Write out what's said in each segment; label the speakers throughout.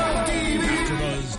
Speaker 1: AfterBuzz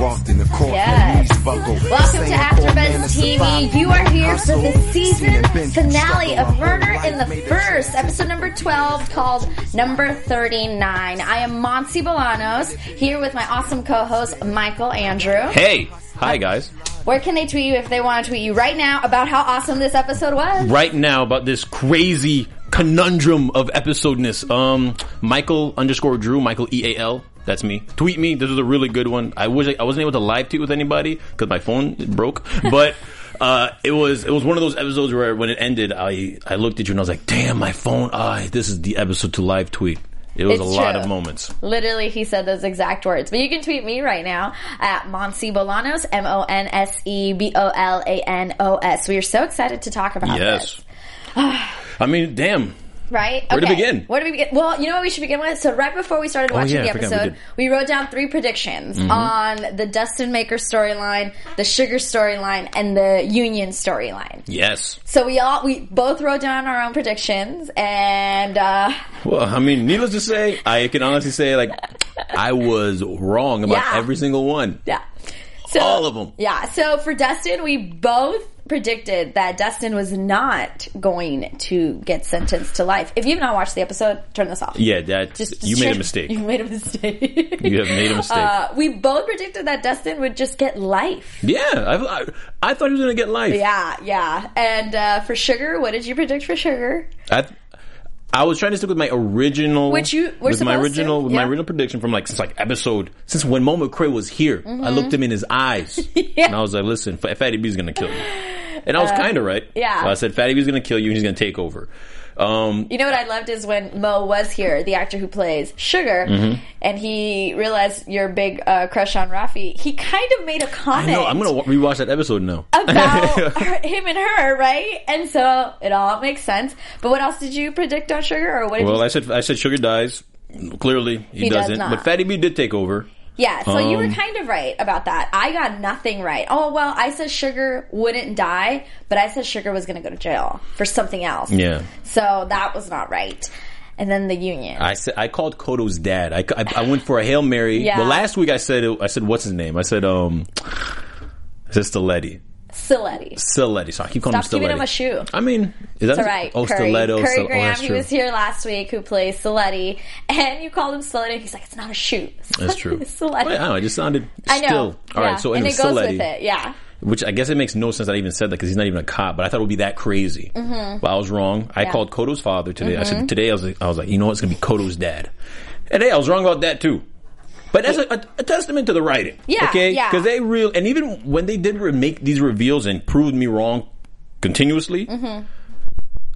Speaker 2: walked in the court.
Speaker 3: Yes.
Speaker 2: Her knees buckled.
Speaker 3: Welcome
Speaker 2: Saying,
Speaker 3: to
Speaker 2: "Poor man,
Speaker 3: AfterBuzz
Speaker 2: a survivor."
Speaker 3: TV. You are here for
Speaker 2: Hustled,
Speaker 3: the season
Speaker 2: seen and been through
Speaker 3: finale
Speaker 2: struggle.
Speaker 3: of
Speaker 2: Her
Speaker 3: Murder
Speaker 2: life
Speaker 3: in the
Speaker 2: made her
Speaker 3: First,
Speaker 2: successful.
Speaker 3: episode number 12, called Number 39. I am Monty Bolanos, here with my awesome co-host, Michael Andrew.
Speaker 4: Hey! Hi, guys.
Speaker 3: Where can they tweet you if they want to tweet you right now about how awesome this episode was?
Speaker 4: Right now, about this crazy conundrum of episodeness. Um, Michael underscore Drew, Michael E A L. That's me. Tweet me. This is a really good one. I wish I, I wasn't able to live tweet with anybody because my phone it broke, but. Uh, it was it was one of those episodes where when it ended, I, I looked at you and I was like, "Damn, my phone! Ah, this is the episode to live tweet." It was
Speaker 3: It's
Speaker 4: a lot
Speaker 3: true.
Speaker 4: of moments.
Speaker 3: Literally, he said those exact words. But you can tweet me right now at Monse Bolanos, E M-O-N-S-E-B-O-L-A-N-O-S. We are so excited to talk about this.
Speaker 4: Yes, I mean, damn,
Speaker 3: Right?
Speaker 4: Where to begin? Oh,
Speaker 3: Where do we begin? Well, you know what we should begin with? So right before we started watching
Speaker 4: yeah,
Speaker 3: the
Speaker 4: I forgot we
Speaker 3: episode,
Speaker 4: did. Mm-hmm.
Speaker 3: we, wrote down three predictions on the Dustin Maker storyline, the Sugar storyline, and the Union storyline.
Speaker 4: yes.
Speaker 3: So we all we both wrote down our own predictions and uh
Speaker 4: Well, I mean, needless to say, I can honestly say, like, I was wrong about
Speaker 3: Yeah.
Speaker 4: every single one.
Speaker 3: yeah. So
Speaker 4: All of 'em.
Speaker 3: Yeah. So for Dustin, we both predicted that Dustin was not going to get sentenced to life. If you've not watched the episode, turn this off.
Speaker 4: Yeah, that
Speaker 3: Just-
Speaker 4: you
Speaker 3: just-
Speaker 4: made a mistake.
Speaker 3: You made a mistake.
Speaker 4: You have made a mistake.
Speaker 3: Uh, we both predicted that Dustin would just get life.
Speaker 4: yeah, I, I, I thought he was gonna get life.
Speaker 3: Yeah, yeah. And uh, for Sugar, what did you predict for Sugar?
Speaker 4: I, I was trying to stick with my original,
Speaker 3: Which you were
Speaker 4: with my
Speaker 3: supposed
Speaker 4: original,
Speaker 3: to,
Speaker 4: with my
Speaker 3: yeah.
Speaker 4: original prediction from like since like episode since when Moma Cray was here.
Speaker 3: Mm-hmm.
Speaker 4: I looked him in his eyes, and I was like, "Listen, Fa- Fatty B's gonna kill you," and I was kind of right.
Speaker 3: Uh, yeah.
Speaker 4: So I said, "Fatty B's gonna kill you, and he's gonna take over." Um,
Speaker 3: You know what I loved is when Mo was here, the actor who plays Sugar,
Speaker 4: Mm-hmm.
Speaker 3: and he realized your big uh, crush on Rafi. He kind of made a
Speaker 4: I
Speaker 3: comment.
Speaker 4: know I'm gonna wa- rewatch that episode now.
Speaker 3: about her, him and her, right? And so it all makes sense. But what else did you predict on Sugar, or what? Did
Speaker 4: Well,
Speaker 3: you,
Speaker 4: I said I said Sugar dies. Clearly, he,
Speaker 3: He does
Speaker 4: doesn't.
Speaker 3: not.
Speaker 4: but Fatty B did take over.
Speaker 3: yeah. So you were
Speaker 4: um,
Speaker 3: kind of right about that. I got nothing right. Oh well, I said Sugar wouldn't die, but I said Sugar was going to go to jail for something else.
Speaker 4: Yeah,
Speaker 3: So that was not right. And then the union.
Speaker 4: I said I called Kodo's dad. I, I, I went for a hail mary.
Speaker 3: Yeah.
Speaker 4: Well, last week I said I said what's his name? I said um, I said Stiletti.
Speaker 3: Stiletti.
Speaker 4: Stiletti. Sorry, I keep calling
Speaker 3: Stop
Speaker 4: him Stiletti.
Speaker 3: giving him a shoe.
Speaker 4: I mean, is that
Speaker 3: All right,
Speaker 4: oh
Speaker 3: Curry.
Speaker 4: Stiletto?
Speaker 3: Curry
Speaker 4: Stil- oh,
Speaker 3: Graham,
Speaker 4: that's
Speaker 3: he
Speaker 4: true.
Speaker 3: was here last week, who plays Stiletti, and you called him Stiletti. and He's like, it's not a shoe.
Speaker 4: That's true.
Speaker 3: Stiletti.
Speaker 4: Well, I don't know. It just sounded
Speaker 3: I know.
Speaker 4: still. All right.
Speaker 3: Yeah.
Speaker 4: So
Speaker 3: and
Speaker 4: anyway,
Speaker 3: it goes
Speaker 4: Stiletti.
Speaker 3: with it. Yeah.
Speaker 4: Which I guess it makes no sense that I even said that because he's not even a cop. But I thought it would be that crazy. Mm-hmm. But I was wrong. I called Kodo's father today. I
Speaker 3: Mm-hmm.
Speaker 4: said today I was like, I was like, you know what? It's gonna be Kodo's dad. And hey, I was wrong about that too. But that's a, a, a testament to the writing.
Speaker 3: Yeah,
Speaker 4: Okay.
Speaker 3: yeah.
Speaker 4: Because they real and even when they did re- make these reveals and proved me wrong continuously.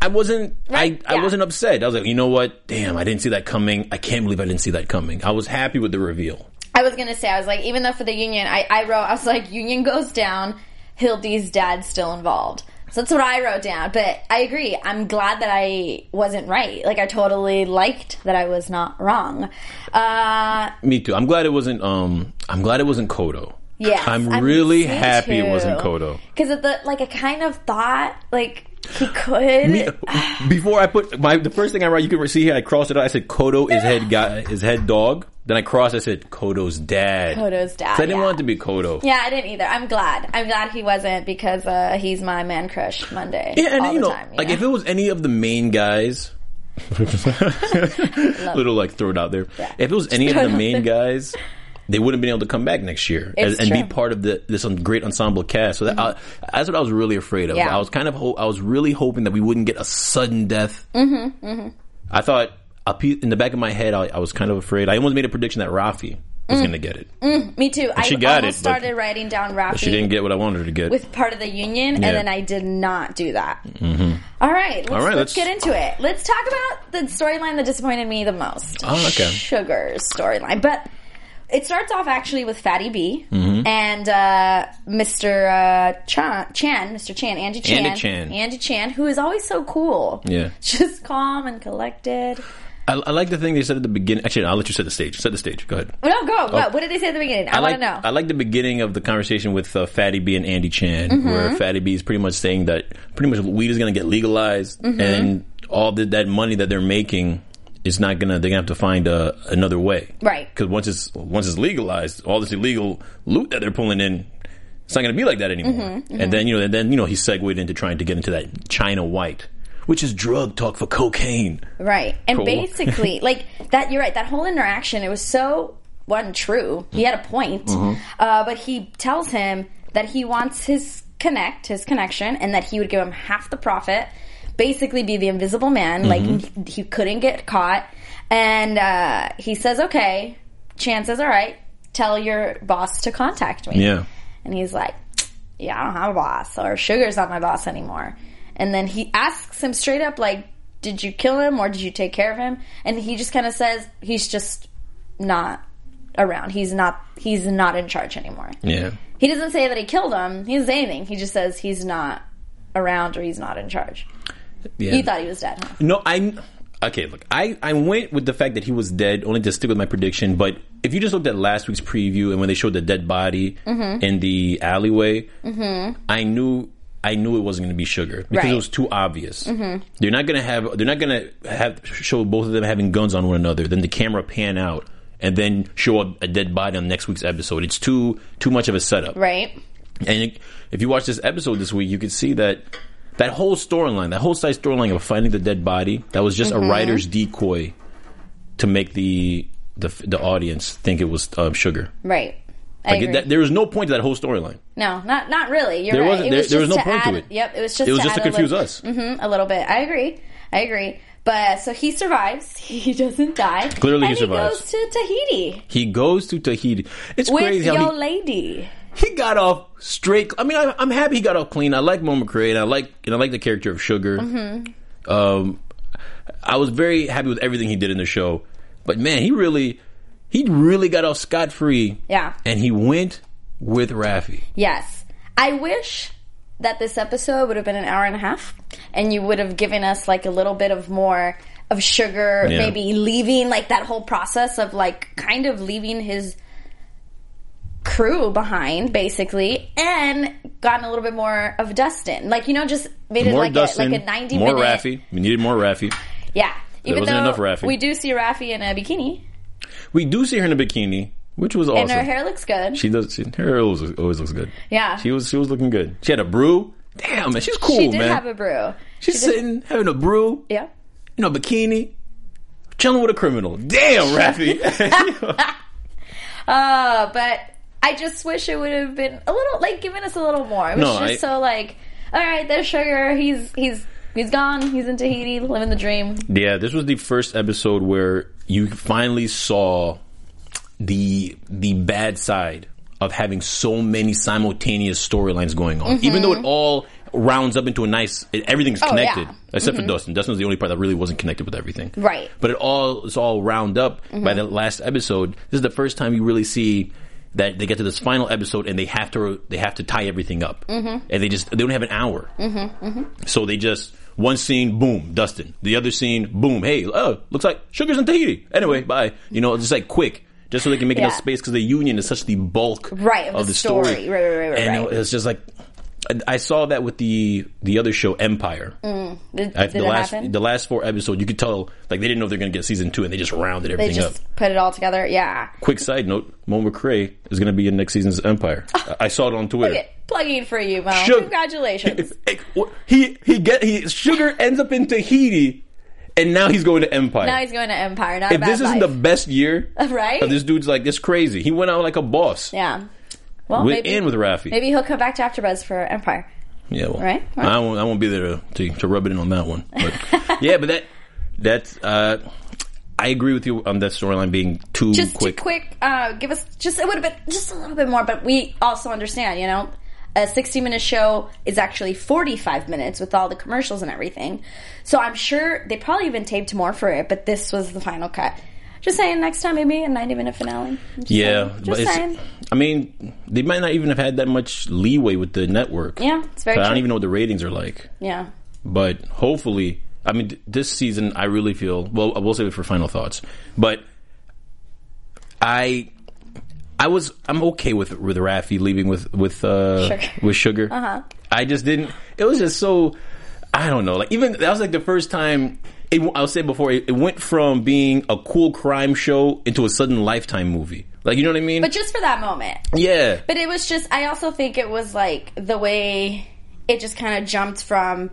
Speaker 4: I wasn't.
Speaker 3: Mm-hmm. Right,
Speaker 4: I,
Speaker 3: yeah.
Speaker 4: I wasn't upset. I was like, you know what? Damn, I didn't see that coming. I can't believe I didn't see that coming. I was happy with the reveal.
Speaker 3: I was gonna say, I was like, even though for the union, I, I wrote, I was like, union goes down, Hildy's dad's still involved. So that's what I wrote down. But I agree. I'm glad that I wasn't right. Like I totally liked that I was not wrong. Uh,
Speaker 4: Me too. I'm glad it wasn't. Um, I'm glad it wasn't Kodo.
Speaker 3: yes,
Speaker 4: I'm
Speaker 3: I mean,
Speaker 4: really
Speaker 3: me
Speaker 4: happy
Speaker 3: too.
Speaker 4: it wasn't Kodo.
Speaker 3: Because of the like, I kind of thought like he could.
Speaker 4: Me- Before I put my the first thing I write, you can see here. I crossed it out. I said Kodo is head guy is head dog. Then I crossed. I said Kodo's dad.
Speaker 3: Kodo's dad,
Speaker 4: 'Cause I didn't
Speaker 3: yeah.
Speaker 4: want it to be Kodo.
Speaker 3: yeah, I didn't either. I'm glad. I'm glad he wasn't because uh, he's my man crush Monday.
Speaker 4: Yeah, and
Speaker 3: all
Speaker 4: you
Speaker 3: the
Speaker 4: know,
Speaker 3: time, you
Speaker 4: like
Speaker 3: know?
Speaker 4: if it was any of the main guys. little like throw it out there. If it was any of
Speaker 3: throw it
Speaker 4: the
Speaker 3: out
Speaker 4: main guys, they wouldn't have been able to come back next year
Speaker 3: It's
Speaker 4: as, and be
Speaker 3: true. Mm-hmm.
Speaker 4: part of the, this great ensemble cast. So that, I, that's what I was really afraid of.
Speaker 3: Yeah.
Speaker 4: I was kind of ho- I was really hoping that we wouldn't get a sudden death. Mm-hmm, I thought a piece, in the back of my head I, I was kind of afraid. I almost made a prediction that Rafi was
Speaker 3: Mm.
Speaker 4: gonna get it.
Speaker 3: Me too. I
Speaker 4: she got
Speaker 3: almost
Speaker 4: it, but-
Speaker 3: started writing down rapping.
Speaker 4: She didn't get what I wanted her to get.
Speaker 3: with part of the union,
Speaker 4: Yeah. Mm-hmm.
Speaker 3: and then I did not do that. All right, let's,
Speaker 4: All
Speaker 3: let's
Speaker 4: right, let's-
Speaker 3: get into it. Let's talk about the storyline that disappointed me the most.
Speaker 4: Oh, okay.
Speaker 3: Sugar's storyline, but it starts off actually with Fatty B
Speaker 4: Mm-hmm.
Speaker 3: and uh, Mr. Uh, Chan, Chan, Mr. Chan, Angie Chan,
Speaker 4: Andy Chan.
Speaker 3: Andy Chan, who is always so cool.
Speaker 4: Yeah.
Speaker 3: just calm and collected.
Speaker 4: I, I like the thing they said at the beginning. Actually, I'll let you set the stage. Set the stage. Go ahead.
Speaker 3: No, go. What, what did they say at the beginning? I,
Speaker 4: like,
Speaker 3: want to know.
Speaker 4: Oh. I like the beginning of the conversation with uh, Fatty B and Andy Chan,
Speaker 3: Mm-hmm.
Speaker 4: where Fatty B is pretty much saying that pretty much weed is going to get legalized,
Speaker 3: Mm-hmm.
Speaker 4: and all the, that money that they're making is not going to. They're going to have to find uh, another way,
Speaker 3: Right.
Speaker 4: Because once it's once it's legalized, all this illegal loot that they're pulling in. It's not going to be like that anymore.
Speaker 3: Mm-hmm.
Speaker 4: And then you know, and then you know, he segued into trying to get into that China White, which is drug talk for cocaine.
Speaker 3: Right. And
Speaker 4: Cool.
Speaker 3: basically, like that, you're right. That whole interaction, it was so one true. He had a point,
Speaker 4: Mm-hmm.
Speaker 3: uh, but he tells him that he wants his connect, his connection, and that he would give him half the profit. Basically, be the invisible man.
Speaker 4: Mm-hmm.
Speaker 3: Like he, he couldn't get caught, and uh, he says, "Okay." Chan says, "All right, tell your boss to contact me."
Speaker 4: Yeah.
Speaker 3: And he's like, Yeah, I don't have a boss, or Sugar's not my boss anymore. And then he asks him straight up, like, Did you kill him or did you take care of him? And he just kind of says, He's just not around. He's not. He's not in charge anymore.
Speaker 4: Yeah.
Speaker 3: He doesn't say that he killed him. He doesn't say anything. He just says he's not around or he's not in charge.
Speaker 4: Yeah.
Speaker 3: You thought he was dead. huh?
Speaker 4: No, I. Okay, look, I, I went with the fact that he was dead only to stick with my prediction. But if you just looked at last week's preview and when they showed the dead body
Speaker 3: Mm-hmm.
Speaker 4: in the alleyway, I knew I knew it wasn't going to be Sugar because
Speaker 3: Right. Mm-hmm.
Speaker 4: it was too obvious. They're not going to have they're not going to have show both of them having guns on one another. Then the camera pan out and then show a, a dead body on next week's episode. It's too too much of a setup.
Speaker 3: Right.
Speaker 4: And it- if you watch this episode this week, you could see that that whole storyline, that whole side storyline of finding the dead body, that was
Speaker 3: Mm-hmm.
Speaker 4: just a writer's decoy to make the the, the audience think it was um, sugar.
Speaker 3: Right. I
Speaker 4: Like it-
Speaker 3: agree.
Speaker 4: that, there was no point to that whole storyline.
Speaker 3: No, not not really. You're
Speaker 4: There
Speaker 3: right.
Speaker 4: wasn't-
Speaker 3: It
Speaker 4: there-
Speaker 3: was
Speaker 4: there was
Speaker 3: just
Speaker 4: no point to
Speaker 3: add-
Speaker 4: it.
Speaker 3: Yep, it was just.
Speaker 4: It was just
Speaker 3: add
Speaker 4: to
Speaker 3: a little-
Speaker 4: confuse us.
Speaker 3: Mhm, a little bit. I agree. I agree. But so he survives. He doesn't die.
Speaker 4: Clearly he
Speaker 3: and
Speaker 4: survives.
Speaker 3: He goes to Tahiti
Speaker 4: He goes to Tahiti. It's
Speaker 3: with
Speaker 4: crazy
Speaker 3: Yo
Speaker 4: how he,
Speaker 3: Lady.
Speaker 4: he got off straight. I mean, I, I'm happy he got off clean. I like Mo McRae, and I like and I like the character of Sugar.
Speaker 3: Mm-hmm.
Speaker 4: Um, I was very happy with everything he did in the show, but man, he really, he really got off scot free.
Speaker 3: Yeah.
Speaker 4: and he went with Rafi.
Speaker 3: Yes, I wish that this episode would have been an hour and a half, and you would have given us like a little bit of more of sugar,
Speaker 4: Yeah.
Speaker 3: maybe leaving like that whole process of like kind of leaving his crew behind basically and gotten a little bit more of Dustin. Like, you know, just made it
Speaker 4: More
Speaker 3: like
Speaker 4: Dustin,
Speaker 3: a like a ninety
Speaker 4: more
Speaker 3: minute
Speaker 4: Rafi. We needed more Rafi.
Speaker 3: Yeah. Even
Speaker 4: wasn't
Speaker 3: though
Speaker 4: enough Raffi.
Speaker 3: we do see Rafi in a bikini
Speaker 4: We do see her in a bikini, which was awesome.
Speaker 3: and her hair looks good.
Speaker 4: she does. She, her hair always, always looks good.
Speaker 3: Yeah.
Speaker 4: she was. She was looking good. She had a brew. Damn, man, she's cool,
Speaker 3: She did
Speaker 4: man.
Speaker 3: have a brew.
Speaker 4: she's sitting having a brew.
Speaker 3: Yeah.
Speaker 4: in a bikini, chilling with a criminal. Damn, Rafi.
Speaker 3: Uh, but I just wish it would have been a little like giving us a little more. It was
Speaker 4: No,
Speaker 3: just
Speaker 4: I-
Speaker 3: so like, all right, there's sugar. He's he's he's gone. He's in Tahiti, living the dream.
Speaker 4: yeah, this was the first episode where you finally saw the the bad side of having so many simultaneous storylines going on. Even though it all rounds up into a nice it, everything's
Speaker 3: Mm-hmm. Oh, yeah.
Speaker 4: connected except for Dustin. Dustin was the only part that really wasn't connected with everything.
Speaker 3: Right. Mm-hmm.
Speaker 4: But it all it's all round up by the last episode. This is the first time you really see that they get to this final episode and they have to they have to tie everything up. Mm-hmm. And they just they don't have an hour. So they just one scene, boom, Dustin. The other scene, boom, hey, oh, looks like Sugar's in Tahiti. Anyway, bye. You know, just like quick, just so they can make enough
Speaker 3: Yeah.
Speaker 4: space because the union is such the bulk
Speaker 3: Right, of
Speaker 4: of
Speaker 3: the
Speaker 4: the story.
Speaker 3: story. Right, right, right, right,
Speaker 4: And
Speaker 3: right.
Speaker 4: it's just like and I saw that with the the other show Empire.
Speaker 3: Did,
Speaker 4: I-
Speaker 3: Mm. did
Speaker 4: the
Speaker 3: it
Speaker 4: last
Speaker 3: happen?
Speaker 4: the last four episodes, you could tell like they didn't know they're going to get season two, and they just rounded
Speaker 3: they
Speaker 4: everything
Speaker 3: just
Speaker 4: up.
Speaker 3: put it all together. Yeah.
Speaker 4: Quick side note: Mo McRae is going to be in next season's Empire. I I saw it on Twitter.
Speaker 3: Okay, plugging for you, Mo.
Speaker 4: Sugar-
Speaker 3: Congratulations.
Speaker 4: Hey, what- He he get he sugar ends up in Tahiti, and now he's going to Empire.
Speaker 3: Now he's going to Empire. Not a
Speaker 4: if
Speaker 3: bad
Speaker 4: this isn't the
Speaker 3: life.
Speaker 4: best year,
Speaker 3: Right?
Speaker 4: of This dude's like this crazy. He went out like a boss.
Speaker 3: yeah. Well,
Speaker 4: With,
Speaker 3: maybe
Speaker 4: in with Rafi.
Speaker 3: maybe he'll come back to AfterBuzz for Empire.
Speaker 4: Yeah, well,
Speaker 3: Right? Right.
Speaker 4: I won't. I won't be there to, to, to rub it in on that one. But yeah, but that that's uh, I agree with you on that storyline being too
Speaker 3: just
Speaker 4: quick.
Speaker 3: too quick. Uh, give us just it would have been just a little bit more, but we also understand, you know, a sixty-minute show is actually forty-five minutes with all the commercials and everything. So I'm sure they probably even taped more for it, but this was the final cut. Just saying, next time maybe a ninety-minute finale. Just
Speaker 4: Yeah,
Speaker 3: saying.
Speaker 4: but
Speaker 3: just
Speaker 4: it's-
Speaker 3: saying.
Speaker 4: I mean, they might not even have had that much leeway with the network.
Speaker 3: Yeah, it's very
Speaker 4: I don't
Speaker 3: true.
Speaker 4: even know what the ratings are like.
Speaker 3: Yeah,
Speaker 4: But hopefully, I mean, th- this season, I really feel. Well, I will save it for final thoughts. But I, I was, I'm okay with with Rafi leaving with with uh,
Speaker 3: Sugar.
Speaker 4: with sugar.
Speaker 3: Uh-huh.
Speaker 4: I just didn't. It was just so. I don't know. Like even that was like the first time. It, I was saying before it, it went from being a cool crime show into a sudden lifetime movie. Like you know what I mean?
Speaker 3: but just for that moment.
Speaker 4: yeah.
Speaker 3: But it was just, I also think it was like the way it just kind of jumped from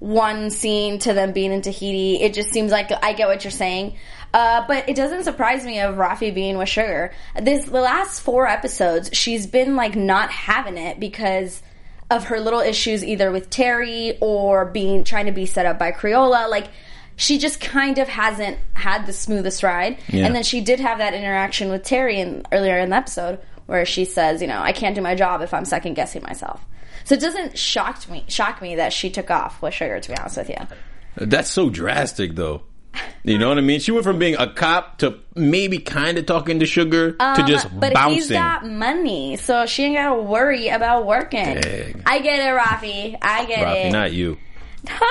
Speaker 3: one scene to them being in Tahiti. It just seems like I get what you're saying. Uh, but it doesn't surprise me of Rafi being with Sugar. This the last four episodes, she's been like not having it because of her little issues either with Terry or being trying to be set up by Creola. Like she just kind of hasn't had the smoothest ride.
Speaker 4: Yeah.
Speaker 3: And then she did have that interaction with Terry in, earlier in the episode where she says, you know, I can't do my job if I'm second guessing myself. So it doesn't shock me shock me that she took off with sugar to be honest with you.
Speaker 4: That's so drastic, though. You know what I mean? She went from being a cop to maybe kind of talking to Sugar to just
Speaker 3: Um, but he's
Speaker 4: bouncing.
Speaker 3: got money, so she ain't gotta worry about working.
Speaker 4: Dang.
Speaker 3: I get it, Rafi. I get
Speaker 4: Rafi,
Speaker 3: it.
Speaker 4: not you.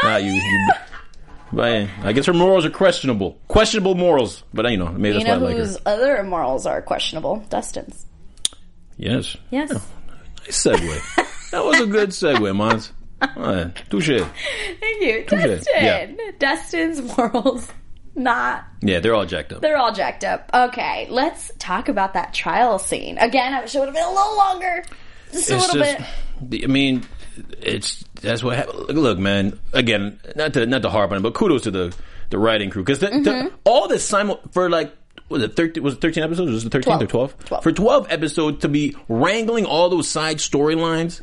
Speaker 4: Not you. you but I guess her morals are questionable. Questionable morals. But you know, maybe
Speaker 3: You know
Speaker 4: that's why I like her.
Speaker 3: whose other morals are questionable? Dustin's.
Speaker 4: Yes. Oh,
Speaker 3: Yes.
Speaker 4: Nice segue. that was a good segue, Mons. Alright, Touche.
Speaker 3: Thank you.
Speaker 4: good.
Speaker 3: Dustin. Dustin's morals not
Speaker 4: Yeah, they're all jacked up.
Speaker 3: they're all jacked up. Okay, let's talk about that trial scene. Again, I wish it would have been a little longer. Just a little bit.
Speaker 4: bit. I mean, it's that's what happened. Look, look, man. Again, not to not to harp on it, but kudos to the the writing crew because all this simul for like was it thirteen was it thirteen episodes? Was it thirteen or
Speaker 3: 12.
Speaker 4: twelve?
Speaker 3: 12.
Speaker 4: For twelve episodes to be wrangling all those side storylines.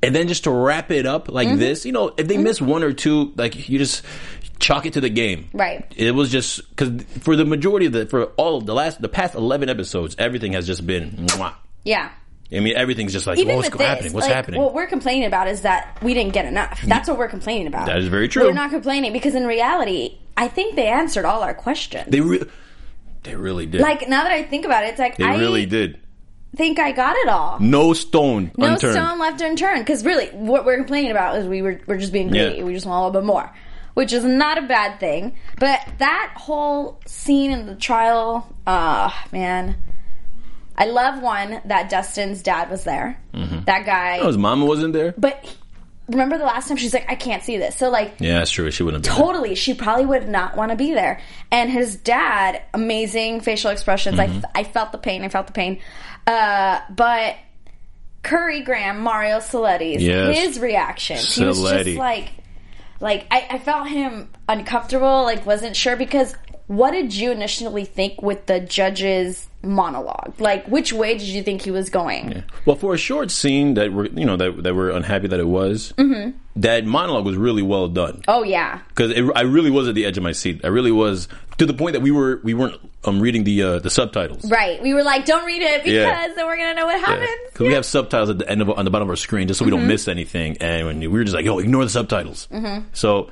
Speaker 4: And then just to wrap it up like this, you know, if they miss one or two, like you just chalk it to the game.
Speaker 3: Right.
Speaker 4: It was just because for the majority of the, for all of the last, the past 11 episodes, everything has just been, mwah.
Speaker 3: Yeah.
Speaker 4: I mean, everything's just like,
Speaker 3: Even
Speaker 4: what's
Speaker 3: with this,
Speaker 4: happening? What's
Speaker 3: like,
Speaker 4: happening?
Speaker 3: What we're complaining about is that we didn't get enough. That's what we're complaining about.
Speaker 4: That is very true.
Speaker 3: We're not complaining because in reality, I think they answered all our questions.
Speaker 4: they re- they really did.
Speaker 3: like now that I think about it, it's like
Speaker 4: they
Speaker 3: I
Speaker 4: really did.
Speaker 3: think I got it all.
Speaker 4: No stone
Speaker 3: No
Speaker 4: unturned.
Speaker 3: stone left unturned. Because really, what we're complaining about is we were we're just being greedy.
Speaker 4: Yeah.
Speaker 3: We just want a little bit more, which is not a bad thing. But that whole scene in the trial, ah man, I love one that Dustin's dad was there. That guy,
Speaker 4: Oh, His mama wasn't there.
Speaker 3: but he- remember the last time she's like, I can't see this. So like,
Speaker 4: Yeah, that's true. She wouldn't. Have been there.
Speaker 3: totally she probably would not want to be there and his dad amazing facial expressions
Speaker 4: Mm-hmm.
Speaker 3: I, I felt the pain i felt the pain uh, but curry graham mario Saletti's
Speaker 4: Yes.
Speaker 3: his reaction he was
Speaker 4: Saletti.
Speaker 3: just like like I, I felt him uncomfortable like wasn't sure because what did you initially think with the judge's monologue like which way did you think he was going
Speaker 4: Well, for a short scene that we're you know that that we're unhappy that it was.
Speaker 3: Mm-hmm.
Speaker 4: That monologue was really well done
Speaker 3: oh yeah
Speaker 4: because I really was at the edge of my seat. I really was to the point that we were we weren't um, reading the uh, the subtitles.
Speaker 3: right we were like don't read it because
Speaker 4: Yeah.
Speaker 3: then we're gonna know what
Speaker 4: Yeah.
Speaker 3: happens
Speaker 4: 'Cause we have subtitles at the end of on the bottom of our screen just so we
Speaker 3: Mm-hmm.
Speaker 4: don't miss anything. And when we were just like, "Yo, ignore the subtitles." So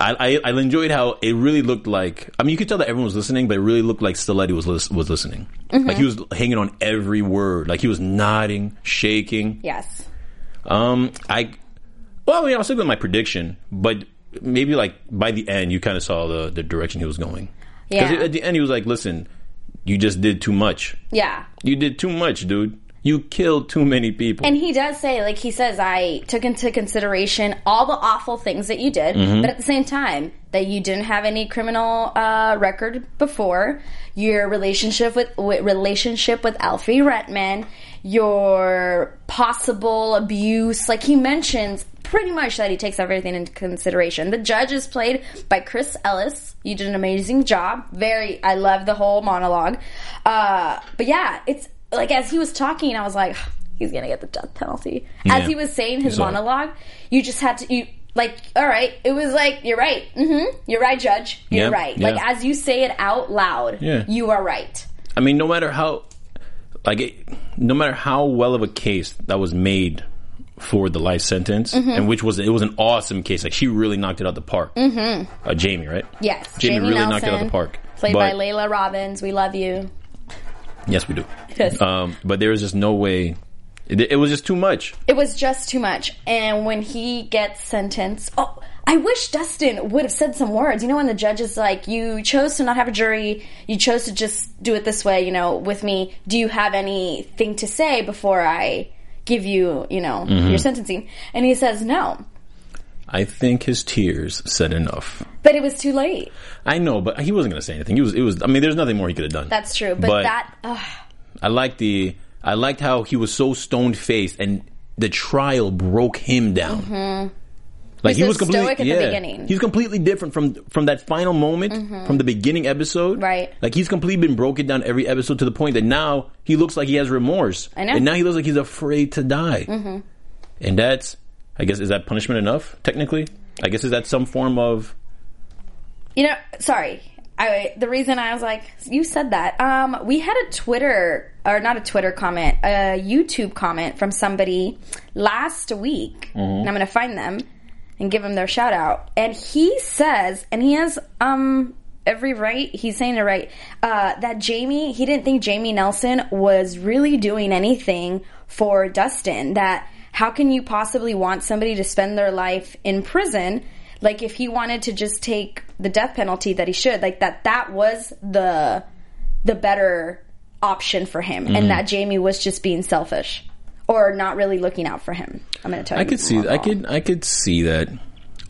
Speaker 4: I, I I enjoyed how it really looked like. I mean, you could tell that everyone was listening, but it really looked like Stiletti was lis- was listening.
Speaker 3: Mm-hmm.
Speaker 4: Like he was hanging on every word. Like he was nodding, shaking.
Speaker 3: yes
Speaker 4: Um, I well, I mean, I'll stick with my prediction, but maybe like by the end, you kind of saw the the direction he was going. 'Cause
Speaker 3: Yeah.
Speaker 4: at the end, he was like, "Listen, you just did too much."
Speaker 3: yeah
Speaker 4: You did too much, dude. You killed too many people.
Speaker 3: And he does say, like he says, I took into consideration all the awful things that you did, but at the same time, that you didn't have any criminal uh, record before. Your relationship with, with relationship with Alfie Rentman, your possible abuse, like he mentions pretty much that he takes everything into consideration. The judge is played by Chris Ellis. You did an amazing job. Very, I love the whole monologue. Uh, but yeah, it's like as he was talking, I was like, he's gonna get the death penalty. As
Speaker 4: Yeah.
Speaker 3: he was saying his
Speaker 4: He's like-
Speaker 3: monologue, you just had to you like, all right, it was like, you're right. Mm-hmm. You're right, Judge. You're
Speaker 4: Yeah,
Speaker 3: right. Like,
Speaker 4: yeah.
Speaker 3: as you say it out loud,
Speaker 4: Yeah.
Speaker 3: you are right.
Speaker 4: I mean, no matter how, like, it, no matter how well of a case that was made for the life sentence,
Speaker 3: Mm-hmm.
Speaker 4: and which was it was an awesome case. Like, she really knocked it out the park. Mm-hmm. Uh, Jamie, right?
Speaker 3: Yes.
Speaker 4: Jamie,
Speaker 3: Jamie
Speaker 4: really
Speaker 3: Nelson,
Speaker 4: knocked it out the park.
Speaker 3: Played by
Speaker 4: But-
Speaker 3: Layla Robbins. We love you.
Speaker 4: Yes, we do.
Speaker 3: Yes.
Speaker 4: Um, but there was just no way. It, it was just too much.
Speaker 3: It was just too much. And when he gets sentenced, oh, I wish Dustin would have said some words. You know, when the judge is like, you chose to not have a jury, you chose to just do it this way, you know, with me. Do you have anything to say before I give you, you know, your sentencing? And he says no.
Speaker 4: I think his tears said enough.
Speaker 3: But it was too late.
Speaker 4: I know, but he wasn't going to say anything. He was. It was. I mean, there's nothing more he could have done.
Speaker 3: That's true. But,
Speaker 4: But-
Speaker 3: that, ugh,
Speaker 4: I liked the. I liked how he was so stone faced, and the trial broke him down. Like
Speaker 3: He was Mm-hmm. so stoic at the beginning. Mm-hmm.
Speaker 4: He's completely different from from that final moment from the beginning episode.
Speaker 3: Right.
Speaker 4: Like he's completely been broken down every episode to the point that now he looks like he has remorse.
Speaker 3: I know. Mm-hmm.
Speaker 4: And now he looks like he's afraid to die. And that's, I guess, is that punishment enough? Technically, I guess is that some form of
Speaker 3: you know, sorry. I, the reason I was like, you said that. Um, we had a Twitter, or not a Twitter comment, a YouTube comment from somebody last week. And I'm going to find them and give them their shout out. And he says, and he has um, every right, he's saying it right, uh, that Jamie, he didn't think Jamie Nelson was really doing anything for Dustin. That how can you possibly want somebody to spend their life in prison? like if he wanted to just take the death penalty that he should like that that was the the better option for him
Speaker 4: Mm-hmm.
Speaker 3: and that jamie was just being selfish or not really looking out for him i'm gonna tell you
Speaker 4: I could see. I could. I could see that.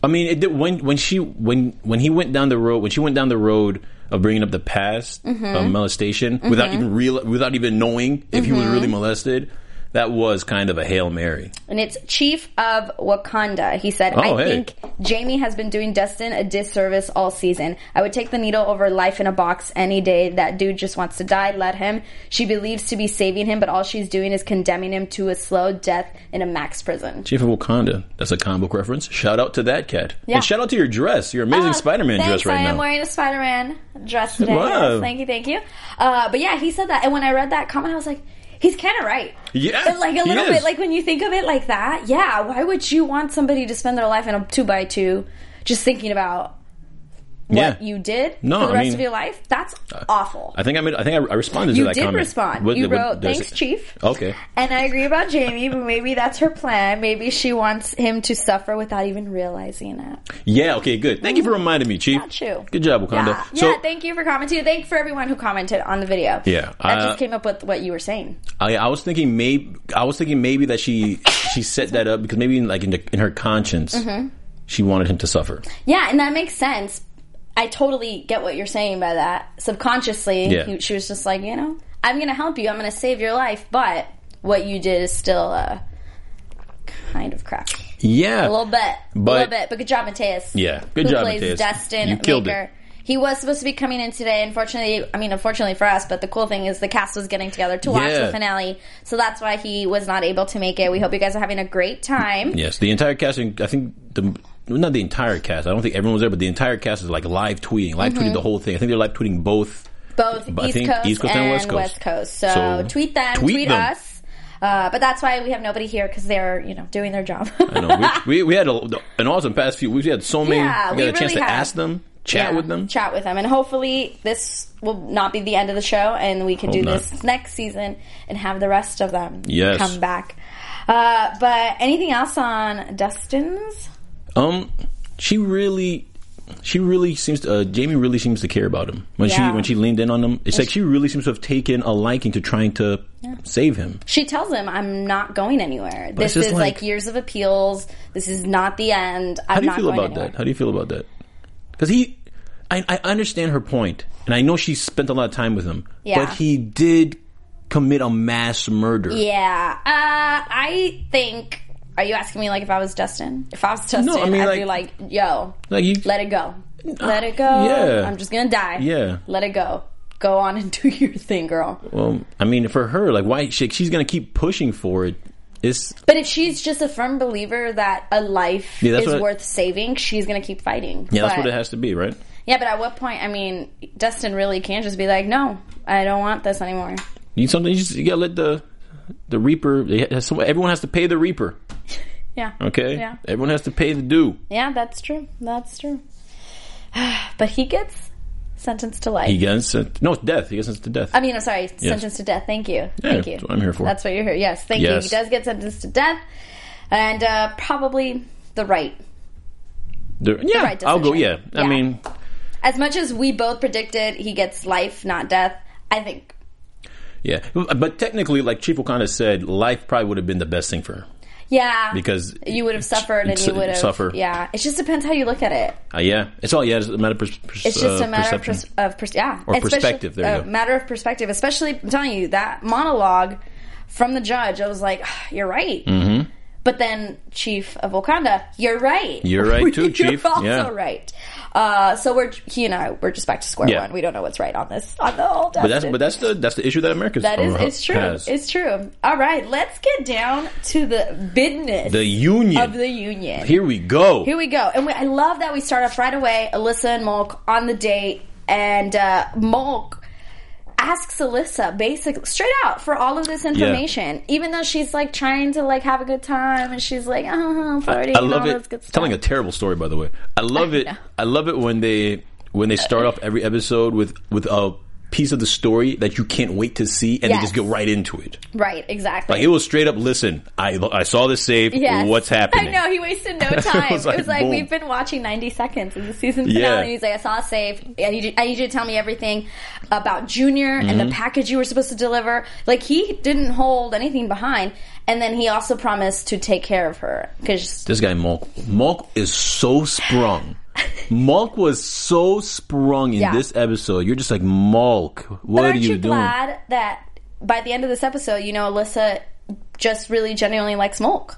Speaker 4: I mean, it did, when when she when when he went down the road when she went down the road of bringing up the past of
Speaker 3: Mm-hmm.
Speaker 4: molestation without even real without even knowing if he was really
Speaker 3: Mm-hmm.
Speaker 4: molested, that was kind of a hail mary.
Speaker 3: and it's chief of wakanda he said
Speaker 4: Oh,
Speaker 3: i
Speaker 4: hey.
Speaker 3: think jamie has been doing dustin a disservice all season i would take the needle over life in a box any day that dude just wants to die let him she believes to be saving him but all she's doing is condemning him to a slow death in a max prison
Speaker 4: Chief of Wakanda. That's a comic book reference. Shout out to that cat.
Speaker 3: Yeah.
Speaker 4: And shout out to your dress. Your amazing
Speaker 3: Oh,
Speaker 4: Spider-Man
Speaker 3: thanks,
Speaker 4: dress right
Speaker 3: I am
Speaker 4: now.
Speaker 3: wearing a Spider Man dress today.
Speaker 4: Wow.
Speaker 3: Yes, thank you, thank you. Uh, but yeah, he said that, and when I read that comment, I was like, he's kind of right.
Speaker 4: Yeah,
Speaker 3: And, like a
Speaker 4: he
Speaker 3: little
Speaker 4: is.
Speaker 3: bit. Like when you think of it like that, yeah. Why would you want somebody to spend their life in a two by two, just thinking about
Speaker 4: yeah.
Speaker 3: you did
Speaker 4: No,
Speaker 3: for the
Speaker 4: I
Speaker 3: rest
Speaker 4: mean- uh,
Speaker 3: of your life? That's awful.
Speaker 4: I think I made, I think I I responded
Speaker 3: You
Speaker 4: to that
Speaker 3: did
Speaker 4: comment.
Speaker 3: respond.
Speaker 4: What-
Speaker 3: you
Speaker 4: what-
Speaker 3: wrote,
Speaker 4: does
Speaker 3: "Thanks,
Speaker 4: it-
Speaker 3: Chief."
Speaker 4: Okay.
Speaker 3: And I agree about Jamie, but maybe that's her plan. Maybe she wants him to suffer without even realizing it.
Speaker 4: Yeah, okay, good. Thank you for reminding me, Chief.
Speaker 3: Mm-hmm. Got you.
Speaker 4: Good job, Wakanda.
Speaker 3: Yeah.
Speaker 4: So-
Speaker 3: yeah, thank you for commenting. Thank for everyone who commented on the video.
Speaker 4: Yeah,
Speaker 3: That
Speaker 4: uh,
Speaker 3: just came up with what you were saying.
Speaker 4: I, I was thinking maybe I was thinking maybe that she she set that up because maybe in, like in, the, in her conscience
Speaker 3: Mm-hmm.
Speaker 4: she wanted him to suffer.
Speaker 3: Yeah, and that makes sense. I totally get what you're saying by that. Subconsciously,
Speaker 4: Yeah.
Speaker 3: he, she was just like, you know, I'm going to help you. I'm going to save your life, but what you did is still uh, kind of crap.
Speaker 4: Yeah,
Speaker 3: A little bit.
Speaker 4: But-
Speaker 3: a little bit. But good job, Mateus.
Speaker 4: Yeah, good
Speaker 3: Who
Speaker 4: job,
Speaker 3: plays
Speaker 4: Mateus.
Speaker 3: Dustin
Speaker 4: You killed
Speaker 3: Maker. He was supposed to be coming in today. Unfortunately, I mean, unfortunately for us, but the cool thing is the cast was getting together to watch
Speaker 4: Yeah.
Speaker 3: the finale. So that's why he was not able to make it. We hope you guys are having a great time.
Speaker 4: Yes, the entire cast. and I think the not the entire cast. I don't think everyone was there, but the entire cast is like live tweeting, live
Speaker 3: Mm-hmm.
Speaker 4: tweeting the whole thing. I think they're live tweeting both.
Speaker 3: Both
Speaker 4: But I
Speaker 3: East
Speaker 4: think
Speaker 3: Coast,
Speaker 4: East Coast
Speaker 3: and,
Speaker 4: and West Coast.
Speaker 3: So,
Speaker 4: So,
Speaker 3: tweet them, tweet,
Speaker 4: tweet them.
Speaker 3: us. Uh, but that's why we have nobody here because they're, you know, doing their job.
Speaker 4: I know we, we, we had a, an awesome past few. We've had so many.
Speaker 3: Yeah,
Speaker 4: we got
Speaker 3: we
Speaker 4: a chance
Speaker 3: really
Speaker 4: to
Speaker 3: have.
Speaker 4: ask them, chat
Speaker 3: Yeah,
Speaker 4: with them.
Speaker 3: Chat with them. And hopefully this will not be the end of the show and we can
Speaker 4: Hope
Speaker 3: do
Speaker 4: not.
Speaker 3: this next season and have the rest of them
Speaker 4: Yes.
Speaker 3: come back. Uh, but anything else on Dustin's?
Speaker 4: Um, she really, she really seems to. Uh, Jamie really seems to care about him when
Speaker 3: Yeah.
Speaker 4: she when she leaned in on him. It's like she really seems to have taken a liking to trying to save him.
Speaker 3: She tells him, I'm not going anywhere.
Speaker 4: But it's
Speaker 3: This is
Speaker 4: just
Speaker 3: like,
Speaker 4: like-
Speaker 3: years of appeals. This is not the end. I'm
Speaker 4: How do you
Speaker 3: not
Speaker 4: feel
Speaker 3: going
Speaker 4: about
Speaker 3: anywhere.
Speaker 4: that? How do you feel about that? Because he, I, I understand her point, and I know she spent a lot of time with him.
Speaker 3: Yeah.
Speaker 4: But he did commit a mass murder.
Speaker 3: Yeah. Uh, I think. Are you asking me like if I was Dustin? If I was Dustin,
Speaker 4: I mean,
Speaker 3: I'd
Speaker 4: like-
Speaker 3: be like, "Yo,
Speaker 4: Like you,
Speaker 3: let it go, let it go.
Speaker 4: Yeah.
Speaker 3: I'm just gonna die.
Speaker 4: Yeah.
Speaker 3: let it go. Go on and do your thing, girl.
Speaker 4: well, I mean, for her, like why she, she's gonna keep pushing for it. It's
Speaker 3: But if she's just a firm believer that a life
Speaker 4: Yeah, that's
Speaker 3: is
Speaker 4: what I-
Speaker 3: worth saving, she's going to keep fighting.
Speaker 4: yeah, that's
Speaker 3: But-
Speaker 4: what it has to be, right?
Speaker 3: Yeah, but at what point? I mean, Dustin really can just be like, "No, I don't want this anymore."
Speaker 4: You need something. You, just, you gotta let the the reaper. they ha- some- Everyone has to pay the reaper.
Speaker 3: Yeah.
Speaker 4: Okay.
Speaker 3: Yeah.
Speaker 4: Everyone has to pay the due.
Speaker 3: Yeah, that's true. That's true. but he gets sentenced to life.
Speaker 4: He gets sent. No, it's death. He gets sentenced to death.
Speaker 3: I mean, I'm sorry, sentenced to death. Thank you. Thank you.
Speaker 4: that's what I'm here for.
Speaker 3: That's what you're here. Yes, thank you.
Speaker 4: Yes.
Speaker 3: He does get sentenced to death, and uh, probably the right.
Speaker 4: The- yeah,
Speaker 3: right
Speaker 4: I'll go. Yeah.
Speaker 3: decision.
Speaker 4: I
Speaker 3: Yeah.
Speaker 4: mean,
Speaker 3: As much as we both predicted, he gets life, not death. I think.
Speaker 4: yeah. But technically, like Chief Wakanda said, life probably would have been the best thing for her
Speaker 3: Yeah.
Speaker 4: because
Speaker 3: you would have suffered, and
Speaker 4: s-
Speaker 3: you would have
Speaker 4: suffer.
Speaker 3: Yeah. It just depends how you look at it.
Speaker 4: Uh, yeah, it's all yeah. It's a matter of pers- pers-
Speaker 3: It's just
Speaker 4: uh,
Speaker 3: a matter
Speaker 4: perception.
Speaker 3: of, pers- of pers- yeah,
Speaker 4: Or
Speaker 3: Especially-
Speaker 4: perspective, there you
Speaker 3: uh,
Speaker 4: go.
Speaker 3: Matter of perspective, especially I'm telling you that monologue from the judge. I was like, "Ah, you're right. Mm-hmm. But then Chief of Wakanda, you're right.
Speaker 4: You're right too,
Speaker 3: You're
Speaker 4: Chief.
Speaker 3: Also
Speaker 4: Yeah.
Speaker 3: right. Uh, so we're he and I we're just back to square
Speaker 4: Yeah.
Speaker 3: one. We don't know what's right on this on the whole.
Speaker 4: but that's but that's the that's the issue that America's
Speaker 3: that is
Speaker 4: uh,
Speaker 3: it's true.
Speaker 4: has.
Speaker 3: It's true. All right, let's get down to the business
Speaker 4: the union.
Speaker 3: of the union.
Speaker 4: Here we go.
Speaker 3: Here we go. And we, I love that we start off right away. Alyssa and Mulk on the date, and uh, Mulk asks Alyssa basically straight out for all of this information, even though she's like trying to like have a good time, and she's like, oh, flirty,
Speaker 4: I love
Speaker 3: and all
Speaker 4: it.
Speaker 3: This good stuff.
Speaker 4: Telling a terrible story, by the way. I love it.
Speaker 3: know.
Speaker 4: I love it when they when they start off every episode with with a piece of the story that you can't wait to see, and they
Speaker 3: Yes.
Speaker 4: just go right into it.
Speaker 3: right, exactly.
Speaker 4: Like it was straight up. Listen, I I saw this save.
Speaker 3: Yes.
Speaker 4: What's happening?
Speaker 3: I know he wasted no time. it was like,
Speaker 4: boom.
Speaker 3: we've been watching 90 seconds in the season
Speaker 4: Yeah.
Speaker 3: finale. And he's like, I saw a save. I need, you, I need you to tell me everything about Junior and
Speaker 4: Mm-hmm.
Speaker 3: the package you were supposed to deliver. Like he didn't hold anything behind. And then he also promised to take care of her because
Speaker 4: This guy Malk. Malk is so sprung. Malk was so sprung in
Speaker 3: Yeah.
Speaker 4: this episode. You're just like Malk. What
Speaker 3: But
Speaker 4: are
Speaker 3: aren't
Speaker 4: you,
Speaker 3: you,
Speaker 4: doing?
Speaker 3: glad that by the end of this episode, you know, Alyssa just really genuinely likes Mulk?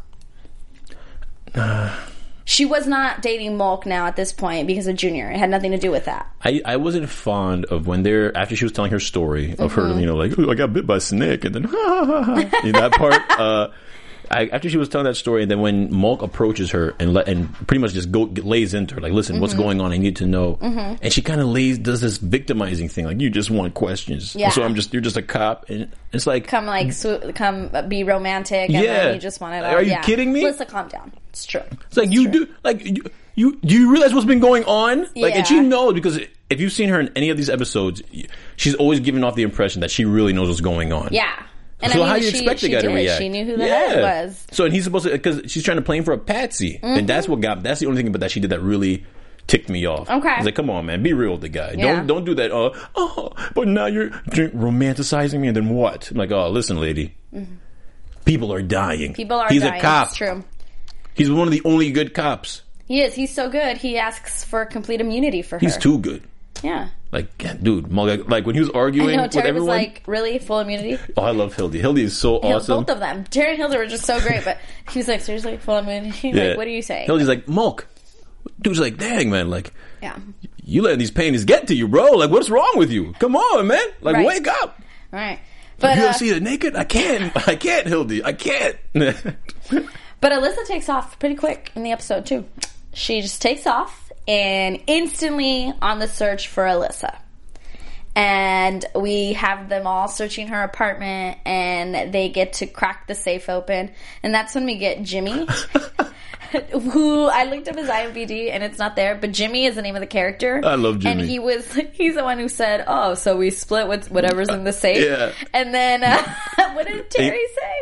Speaker 3: she was not dating Mulk now at this point because of Junior. It had nothing to do with that.
Speaker 4: I, I wasn't fond of when they're after she was telling her story of
Speaker 3: Mm-hmm.
Speaker 4: her, you know, like Ooh, I got bit by a snake, and then you know, that part. Uh, I, after she was telling that story, and then when Malk approaches her and let, and pretty much just go lays into her, like, listen, what's
Speaker 3: Mm-hmm.
Speaker 4: going on? I need to know. And she kind of lays does this victimizing thing, like you just want questions,
Speaker 3: Yeah.
Speaker 4: so I'm just you're just a cop, and it's like
Speaker 3: come like sw- come be romantic and
Speaker 4: Mm. Yeah.
Speaker 3: then you just want it all.
Speaker 4: Are you
Speaker 3: yeah.
Speaker 4: kidding me?
Speaker 3: Alyssa, calm down. It's true.
Speaker 4: It's like you do, like you, you. Do you realize what's been going on? Like, and she
Speaker 3: Yeah.
Speaker 4: knows because if you've seen her in any of these episodes, y- she's always giving off the impression that she really knows what's going on.
Speaker 3: Yeah. And
Speaker 4: so
Speaker 3: I mean,
Speaker 4: how do you
Speaker 3: she,
Speaker 4: expect
Speaker 3: she
Speaker 4: the guy
Speaker 3: did.
Speaker 4: to react?
Speaker 3: She knew who the
Speaker 4: yeah.
Speaker 3: head was. Mm-hmm.
Speaker 4: So and he's supposed to because she's trying to play him for a patsy, and that's what got. That's the only thing about that she did that really ticked me off.
Speaker 3: Okay.
Speaker 4: I was like, come on, man, be real with the guy.
Speaker 3: Yeah.
Speaker 4: Don't don't do that. Uh, oh, but now you're drink- romanticizing me, and then what? I'm like, oh, listen, lady. People are dying.
Speaker 3: Mm-hmm. People are
Speaker 4: He's
Speaker 3: dying.
Speaker 4: a cop.
Speaker 3: It's true.
Speaker 4: He's one of the only good cops.
Speaker 3: He is. He's so good. He asks for complete immunity for her.
Speaker 4: He's too good.
Speaker 3: Yeah.
Speaker 4: Like, God, dude, Mal- like, like when he was
Speaker 3: I
Speaker 4: arguing
Speaker 3: know.
Speaker 4: with
Speaker 3: Terry was
Speaker 4: everyone.
Speaker 3: like, really? Full immunity?
Speaker 4: oh, I love Hildy. Hildy is so
Speaker 3: Yeah,
Speaker 4: awesome.
Speaker 3: Both of them. Terry and Hilda were just so great, but he was like, seriously? Full immunity?
Speaker 4: Yeah.
Speaker 3: Like, what are you saying?
Speaker 4: Hildy's like, Mulk. Dude's like, dang, man. Like,
Speaker 3: yeah.
Speaker 4: you letting these paintings get to you, bro. Like, what's wrong with you? Come on, man. Like,
Speaker 3: Right.
Speaker 4: wake up.
Speaker 3: All right.
Speaker 4: But,
Speaker 3: But,
Speaker 4: you
Speaker 3: uh,
Speaker 4: don't see it naked? I can't. I can't, Hildy. I can't.
Speaker 3: but Alyssa takes off pretty quick in the episode, too. She just takes off and instantly on the search for Alyssa. and we have them all searching her apartment and they get to crack the safe open and that's when we get jimmy who i looked up his imdb and it's not there but jimmy is the name of the character
Speaker 4: I love Jimmy.
Speaker 3: and he was he's the one who said oh so we split with whatever's in the safe
Speaker 4: Yeah.
Speaker 3: and then uh, what did terry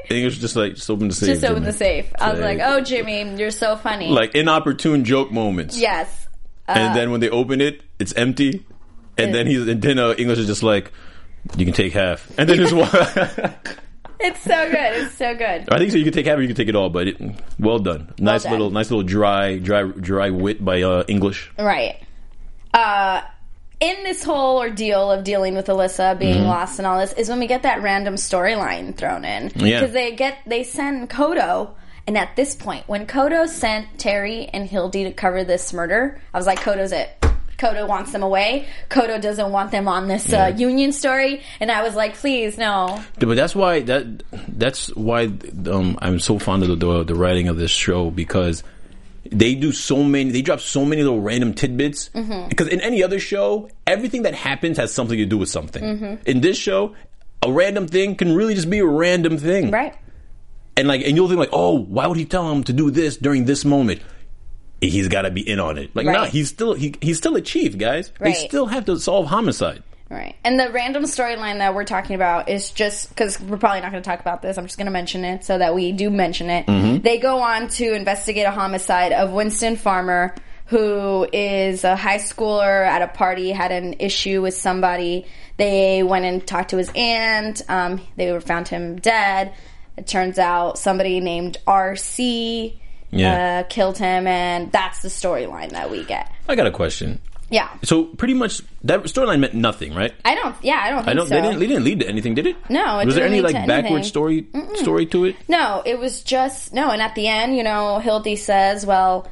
Speaker 3: say
Speaker 4: English just like, just open the safe.
Speaker 3: just open
Speaker 4: Jimmy.
Speaker 3: the safe i was
Speaker 4: Like-
Speaker 3: like oh jimmy you're so funny
Speaker 4: Like, inopportune joke moments.
Speaker 3: yes
Speaker 4: and then when they open it, it's empty. And then he's, and then uh, English is just like, you can take half. And then just walk.
Speaker 3: it's so good it's so good
Speaker 4: I think so. You can take half, or you can take it all. But it, well done, nice
Speaker 3: done.
Speaker 4: little, nice little dry, dry, dry wit by uh, English.
Speaker 3: Right. Uh, in this whole ordeal of dealing with Alyssa being
Speaker 4: Mm-hmm.
Speaker 3: lost and all this is when we get that random storyline thrown in.
Speaker 4: Yeah.
Speaker 3: Because they get they send Kodo, and at this point, when Kodo sent Terry and Hildy to cover this murder, I was like, Kodo's it. Kodo wants them away. Kodo doesn't want them on this uh, union story. And I was like, please, no.
Speaker 4: But that's why that that's why um, I'm so fond of the, the the writing of this show because they do so many they drop so many little random tidbits
Speaker 3: Mm-hmm.
Speaker 4: because in any other show everything that happens has something to do with something.
Speaker 3: Mm-hmm.
Speaker 4: In this show, a random thing can really just be a random thing,
Speaker 3: Right?
Speaker 4: And like and you'll think like, oh, why would he tell him to do this during this moment? He's got to be in on it. Like,
Speaker 3: Right.
Speaker 4: nah, he's still he, he's still a chief, guys.
Speaker 3: Right.
Speaker 4: They still have to solve homicide.
Speaker 3: Right. And the random storyline that we're talking about is just because we're probably not going to talk about this. I'm just going to mention it so that we do mention it.
Speaker 4: Mm-hmm.
Speaker 3: They go on to investigate a homicide of Winston Farmer, who is a high schooler at a party, had an issue with somebody. They went and talked to his aunt. Um, they were found him dead. It turns out somebody named RC
Speaker 4: Yeah.
Speaker 3: uh, killed him, and that's the storyline that we get.
Speaker 4: I got a question.
Speaker 3: Yeah.
Speaker 4: So pretty much that storyline meant nothing, right?
Speaker 3: I don't. Yeah, I don't. Think
Speaker 4: I don't.
Speaker 3: So.
Speaker 4: They, didn't, they didn't lead to anything, did it?
Speaker 3: No, it
Speaker 4: was there
Speaker 3: didn't
Speaker 4: any
Speaker 3: lead to
Speaker 4: like backward
Speaker 3: anything.
Speaker 4: story story to it?
Speaker 3: No, it was just no. And at the end, you know, Hildy says, "Well,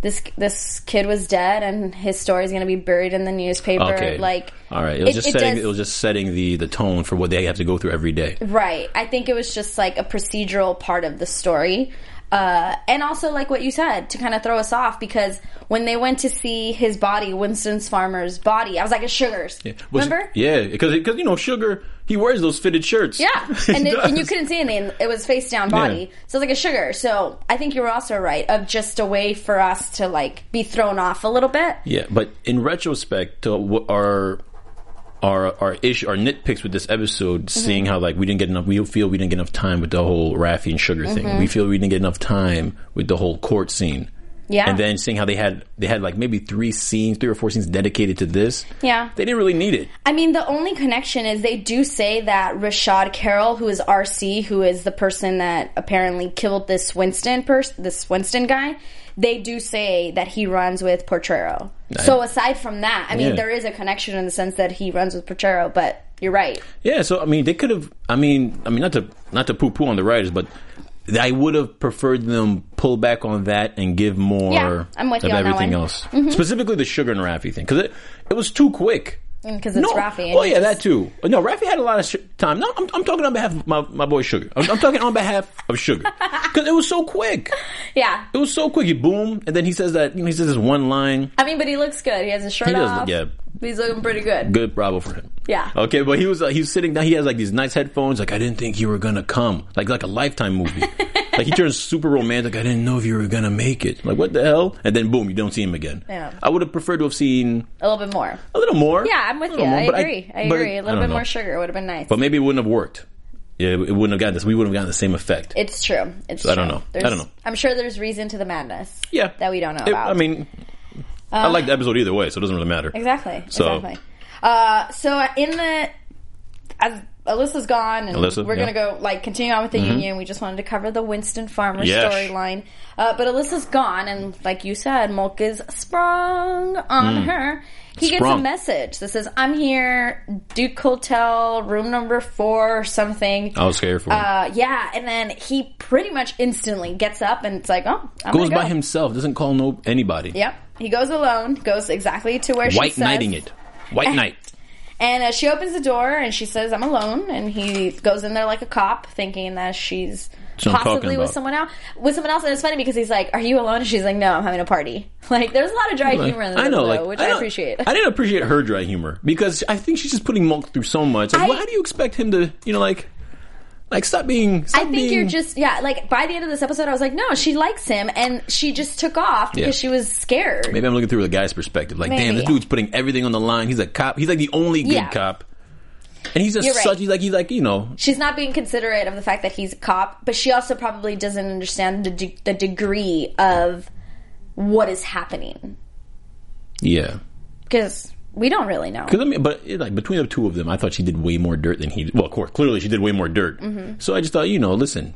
Speaker 3: this this kid was dead, and his story's going to be buried in the newspaper."
Speaker 4: Okay.
Speaker 3: Like,
Speaker 4: all right. It was just setting.
Speaker 3: does-
Speaker 4: It was just setting the the tone for what they have to go through every day.
Speaker 3: right. I think it was just like a procedural part of the story, uh, and also like what you said to kind of throw us off because when they went to see his body, Winston's farmer's body, I was like, "It's sugars."
Speaker 4: Was-
Speaker 3: Remember?
Speaker 4: Yeah, because because you know sugar he wears those fitted shirts.
Speaker 3: Yeah,
Speaker 4: He
Speaker 3: and, it, and you
Speaker 4: does.
Speaker 3: couldn't see anything. It was face down body,
Speaker 4: Yeah.
Speaker 3: so it's like a sugar. So I think you were also right of just a way for us to like be thrown off a little bit.
Speaker 4: Yeah, but in retrospect, to what our our our issue, our nitpicks with this episode,
Speaker 3: Mm-hmm.
Speaker 4: seeing how like we didn't get enough, we feel we didn't get enough time with the whole Raffi and Sugar
Speaker 3: Mm-hmm.
Speaker 4: thing. We feel we didn't get enough time with the whole court scene.
Speaker 3: Yeah.
Speaker 4: and then seeing how they had they had like maybe three scenes, three or four scenes dedicated to this.
Speaker 3: Yeah.
Speaker 4: they didn't really need it.
Speaker 3: I mean, the only connection is they do say that Rashad Carroll, who is RC, who is the person that apparently killed this Winston person, this Winston guy, they do say that he runs with Portrero. So aside from that, I mean,
Speaker 4: Yeah.
Speaker 3: there is a connection in the sense that he runs with Portrero, but you're right.
Speaker 4: Yeah, so I mean, they could have. I mean, I mean, not to not to poo poo on the writers, but I would have preferred them pull back on that and give more
Speaker 3: Yeah, I'm with
Speaker 4: of
Speaker 3: you on that
Speaker 4: everything
Speaker 3: one. Mm-hmm.
Speaker 4: else, specifically the sugar and Raffy thing, because it it was too quick.
Speaker 3: Because Mm, it's
Speaker 4: no,
Speaker 3: Rafi. and
Speaker 4: Oh
Speaker 3: he
Speaker 4: yeah,
Speaker 3: just-
Speaker 4: that too. No, Rafi had a lot of sh- time. No, I'm, I'm talking on behalf of my, my boy Sugar. I'm, I'm talking on behalf of Sugar because it was so quick.
Speaker 3: Yeah.
Speaker 4: It was so quick. He boom, and then he says that you know he says this one line.
Speaker 3: I mean, but he looks good. He has a shirt
Speaker 4: He does
Speaker 3: off.
Speaker 4: look- yeah.
Speaker 3: He's looking pretty good.
Speaker 4: Good, bravo for him.
Speaker 3: Yeah.
Speaker 4: Okay, but he was uh, he was sitting down. He has like these nice headphones. Like I didn't think you were gonna come. Like like a lifetime movie. like he turns super romantic. I didn't know if you were gonna make it. Like what the hell? And then boom, you don't see him again.
Speaker 3: Yeah.
Speaker 4: I would have preferred to have seen
Speaker 3: A little bit more.
Speaker 4: a little more.
Speaker 3: Yeah, I'm with
Speaker 4: A
Speaker 3: you.
Speaker 4: little more,
Speaker 3: I
Speaker 4: but
Speaker 3: agree. I,
Speaker 4: but
Speaker 3: agree. A little
Speaker 4: don't
Speaker 3: bit
Speaker 4: know.
Speaker 3: more sugar would have been nice.
Speaker 4: But maybe it wouldn't have worked. Yeah, it wouldn't have gotten this. We wouldn't have gotten the same effect.
Speaker 3: It's true. It's
Speaker 4: So I
Speaker 3: true.
Speaker 4: don't know. I
Speaker 3: There's-
Speaker 4: don't know.
Speaker 3: I'm sure there's reason to the madness.
Speaker 4: yeah,
Speaker 3: That we don't know
Speaker 4: It-
Speaker 3: about. Uh,
Speaker 4: I mean, I like the episode either way, so it doesn't really matter.
Speaker 3: Exactly.
Speaker 4: So-
Speaker 3: Exactly. Uh, so in the as Alyssa's gone, and
Speaker 4: Alyssa,
Speaker 3: we're
Speaker 4: yeah. Mm-hmm.
Speaker 3: gonna go like continue on with the union. We just wanted to cover the Winston Farmer
Speaker 4: Yes.
Speaker 3: storyline, uh, but Alyssa's gone, and like you said, Mulk is sprung on her. He gets a
Speaker 4: Mm. Sprung.
Speaker 3: message that says, "I'm here, Duke Hotel, room number four, or something."
Speaker 4: I was scared for him.
Speaker 3: Uh, yeah, and then he pretty much instantly gets up and it's like, oh, I'm
Speaker 4: Goes
Speaker 3: gonna
Speaker 4: by
Speaker 3: go.
Speaker 4: himself. Doesn't call no anybody.
Speaker 3: Yep, he goes alone. Goes exactly to where she
Speaker 4: White
Speaker 3: says.
Speaker 4: knighting it. White knight.
Speaker 3: And uh, she opens the door and she says, "I'm alone." And he goes in there like a cop, thinking that she's
Speaker 4: what I'm talking
Speaker 3: possibly with
Speaker 4: about.
Speaker 3: someone else. With someone else, and it's funny because he's like, "Are you alone?" And she's like, "No, I'm having a party." Like, there's a lot of dry humor in this, though, which I,
Speaker 4: don't-
Speaker 3: appreciate.
Speaker 4: I didn't appreciate her dry humor because I think she's just putting Mulk through so much. Like,
Speaker 3: I-
Speaker 4: well, how do you expect him to, you know, like, like stop being? Stop
Speaker 3: I think
Speaker 4: being-
Speaker 3: you're just yeah. Like by the end of this episode, I was like, "No, she likes him," and she just took off because
Speaker 4: Yeah.
Speaker 3: she was scared.
Speaker 4: Maybe I'm looking through the guy's perspective. Like, damn,
Speaker 3: Maybe.
Speaker 4: this dude's putting everything on the line. He's a cop. He's like the only good
Speaker 3: Yeah.
Speaker 4: cop, and he's just
Speaker 3: You're right.
Speaker 4: such. He's like he's like you know.
Speaker 3: she's not being considerate of the fact that he's a cop, but she also probably doesn't understand the, de- the degree of what is happening
Speaker 4: Yeah,
Speaker 3: because we don't really know.
Speaker 4: because I mean, but it, like between the two of them, I thought she did way more dirt than he. Well, of course, clearly she did way more dirt.
Speaker 3: Mm-hmm.
Speaker 4: So I just thought, you know, listen,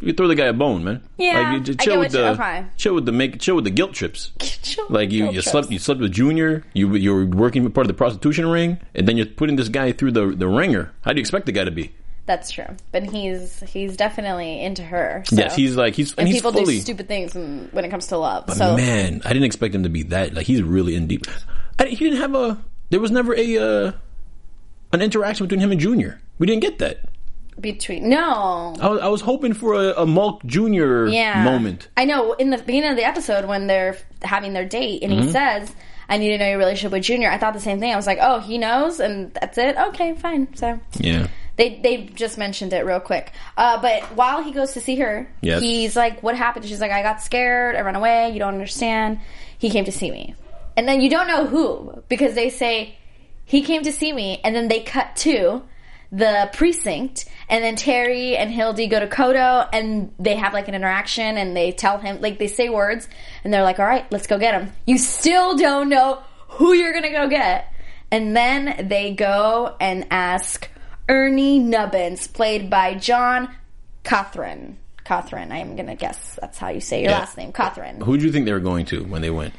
Speaker 4: you throw the guy a bone, man.
Speaker 3: Yeah,
Speaker 4: like, you
Speaker 3: I
Speaker 4: just
Speaker 3: get
Speaker 4: chill
Speaker 3: what
Speaker 4: with
Speaker 3: you-
Speaker 4: the
Speaker 3: okay.
Speaker 4: chill with the make chill with the guilt trips.
Speaker 3: Chill
Speaker 4: Like you,
Speaker 3: guilt
Speaker 4: you
Speaker 3: trips.
Speaker 4: slept you slept with Junior. You you were working with part of the prostitution ring, and then you're putting this guy through the the ringer. How do you expect the guy to be?
Speaker 3: That's true, but he's he's definitely into her. So.
Speaker 4: Yes, he's like he's and,
Speaker 3: And
Speaker 4: he's
Speaker 3: people
Speaker 4: fully.
Speaker 3: do stupid things when when it comes to love. so
Speaker 4: Man, I didn't expect him to be that. Like he's really in deep. I, he didn't have a. There was never a uh, an interaction between him and Junior. We didn't get that.
Speaker 3: Between no,
Speaker 4: I was, I was hoping for a, a Malk Junior
Speaker 3: yeah,
Speaker 4: moment.
Speaker 3: I know in the beginning of the episode when they're having their date
Speaker 4: Mm-hmm.
Speaker 3: and he says, "I need to know your relationship with Junior." I thought the same thing. I was like, "Oh, he knows, and that's it. Okay, fine." So
Speaker 4: Yeah.
Speaker 3: They they just mentioned it real quick. Uh, but while he goes to see her,
Speaker 4: Yes.
Speaker 3: he's like, "What happened?" She's like, "I got scared. I ran away. You don't understand. He came to see me." And then you don't know who because they say he came to see me, and then they cut to the precinct, and then Terry and Hildy go to Kodo, and they have like an interaction, and they tell him like they say words, and they're like, "All right, let's go get him." You still don't know who you're gonna go get. And then they go and ask Ernie Nubbins, played by John Cothran. Cothran, I'm gonna guess that's how you say your
Speaker 4: Yeah.
Speaker 3: last name, Cothran.
Speaker 4: Who do you think they were going to when they went?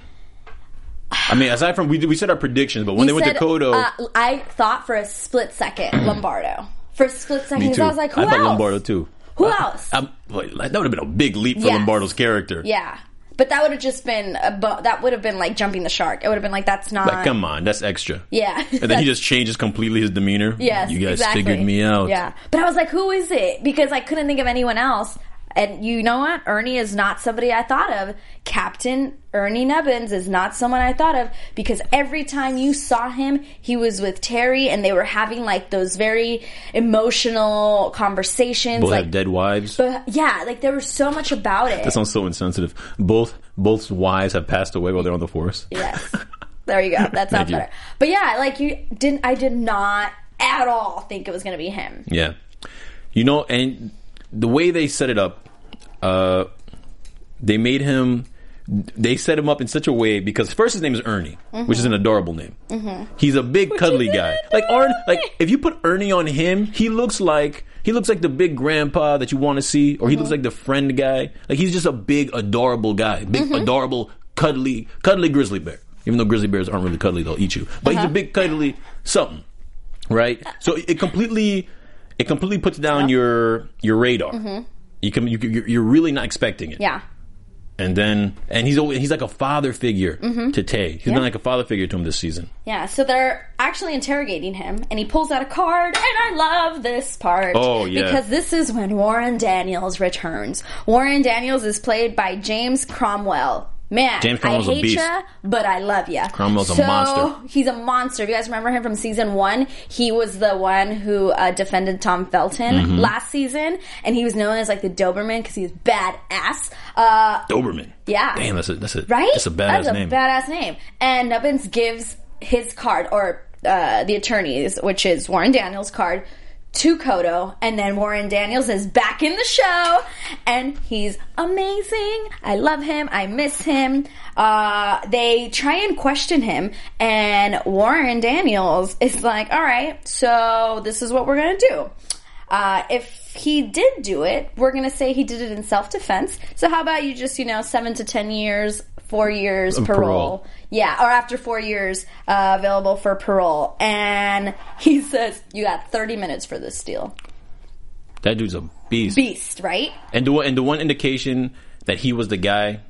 Speaker 4: I mean, aside from we we said our predictions, but when they went to Kodo,
Speaker 3: uh, I thought for a split second Lombardo. For a split second,
Speaker 4: me
Speaker 3: 'cause
Speaker 4: too.
Speaker 3: I was like, who
Speaker 4: thought
Speaker 3: else?
Speaker 4: Lombardo too.
Speaker 3: Who else?
Speaker 4: I'm, like, that would have been a big leap for
Speaker 3: Yes.
Speaker 4: Lombardo's character.
Speaker 3: yeah, but that would have just been a bu- that would have been like jumping the shark. It would have been like that's not.
Speaker 4: Like, come on, that's extra.
Speaker 3: yeah,
Speaker 4: And then he just changes completely his demeanor.
Speaker 3: Yes,
Speaker 4: You guys
Speaker 3: exactly.
Speaker 4: figured me out.
Speaker 3: Yeah, but I was like, who is it? Because I couldn't think of anyone else. And you know what? Ernie is not somebody I thought of. Captain Ernie Nubbins is not someone I thought of because every time you saw him, he was with Terry and they were having like those very emotional conversations.
Speaker 4: Both
Speaker 3: like,
Speaker 4: have dead wives.
Speaker 3: but yeah, like there was so much about it.
Speaker 4: That sounds so insensitive. Both both wives have passed away while they're on the force.
Speaker 3: Yes. There you go. That sounds
Speaker 4: you.
Speaker 3: better. But yeah, like you didn't, I did not at all think it was going to be him.
Speaker 4: Yeah. You know, and the way they set it up, uh, they made him. They set him up in such a way because first his name is Ernie, which is an adorable name. He's a big cuddly
Speaker 3: Mm-hmm. is
Speaker 4: guy.
Speaker 3: an
Speaker 4: Like Arn,
Speaker 3: adorable
Speaker 4: like if you put Ernie on him, he looks like he looks like the big grandpa that you want to see, or he
Speaker 3: Mm-hmm.
Speaker 4: looks like the friend guy. Like he's just a big adorable guy, big
Speaker 3: Mm-hmm.
Speaker 4: adorable cuddly cuddly grizzly bear. Even though grizzly bears aren't really cuddly, they'll eat you. But
Speaker 3: Uh-huh.
Speaker 4: he's a big cuddly something right? So it completely it completely puts down your your radar. You can you, you- you're really not expecting it.
Speaker 3: Mm-hmm. Yeah.
Speaker 4: And then and he's always, he's like a father figure to Tay. He's
Speaker 3: Mm-hmm. Yeah.
Speaker 4: been like a father figure to him this season.
Speaker 3: Yeah, so they're actually interrogating him, and he pulls out a card, and I love this part.
Speaker 4: Oh, yeah.
Speaker 3: Because this is when Warren Daniels returns. Warren Daniels is played by James Cromwell. Man,
Speaker 4: James Cromwell's
Speaker 3: I
Speaker 4: a
Speaker 3: hate
Speaker 4: beast.
Speaker 3: ya, but I love ya.
Speaker 4: Cromwell's a
Speaker 3: So,
Speaker 4: monster.
Speaker 3: He's a monster. If you guys remember him from season one, he was the one who uh, defended Tom Felton
Speaker 4: Mm-hmm.
Speaker 3: last season, and he was known as like the Doberman because he was badass. Uh,
Speaker 4: Doberman.
Speaker 3: Yeah.
Speaker 4: Damn, that's a that's a
Speaker 3: Right?
Speaker 4: That's a badass
Speaker 3: That's a
Speaker 4: name.
Speaker 3: badass name. And Nubbins gives his card, or uh, the attorney's, which is Warren Daniels' card, to Kodo. And then Warren Daniels is back in the show. And he's amazing. I love him. I miss him. Uh, they try and question him. And Warren Daniels is like, all right, so this is what we're going to do. Uh, if he did do it, we're going to say he did it in self defense. So how about you just, you know, seven to ten years, four years
Speaker 4: Of
Speaker 3: parole.
Speaker 4: parole.
Speaker 3: Yeah, or after four years, uh, available for parole. And he says, you got 30 minutes for this deal.
Speaker 4: that dude's a beast.
Speaker 3: Beast, right?
Speaker 4: And the one and the one indication that he was the guy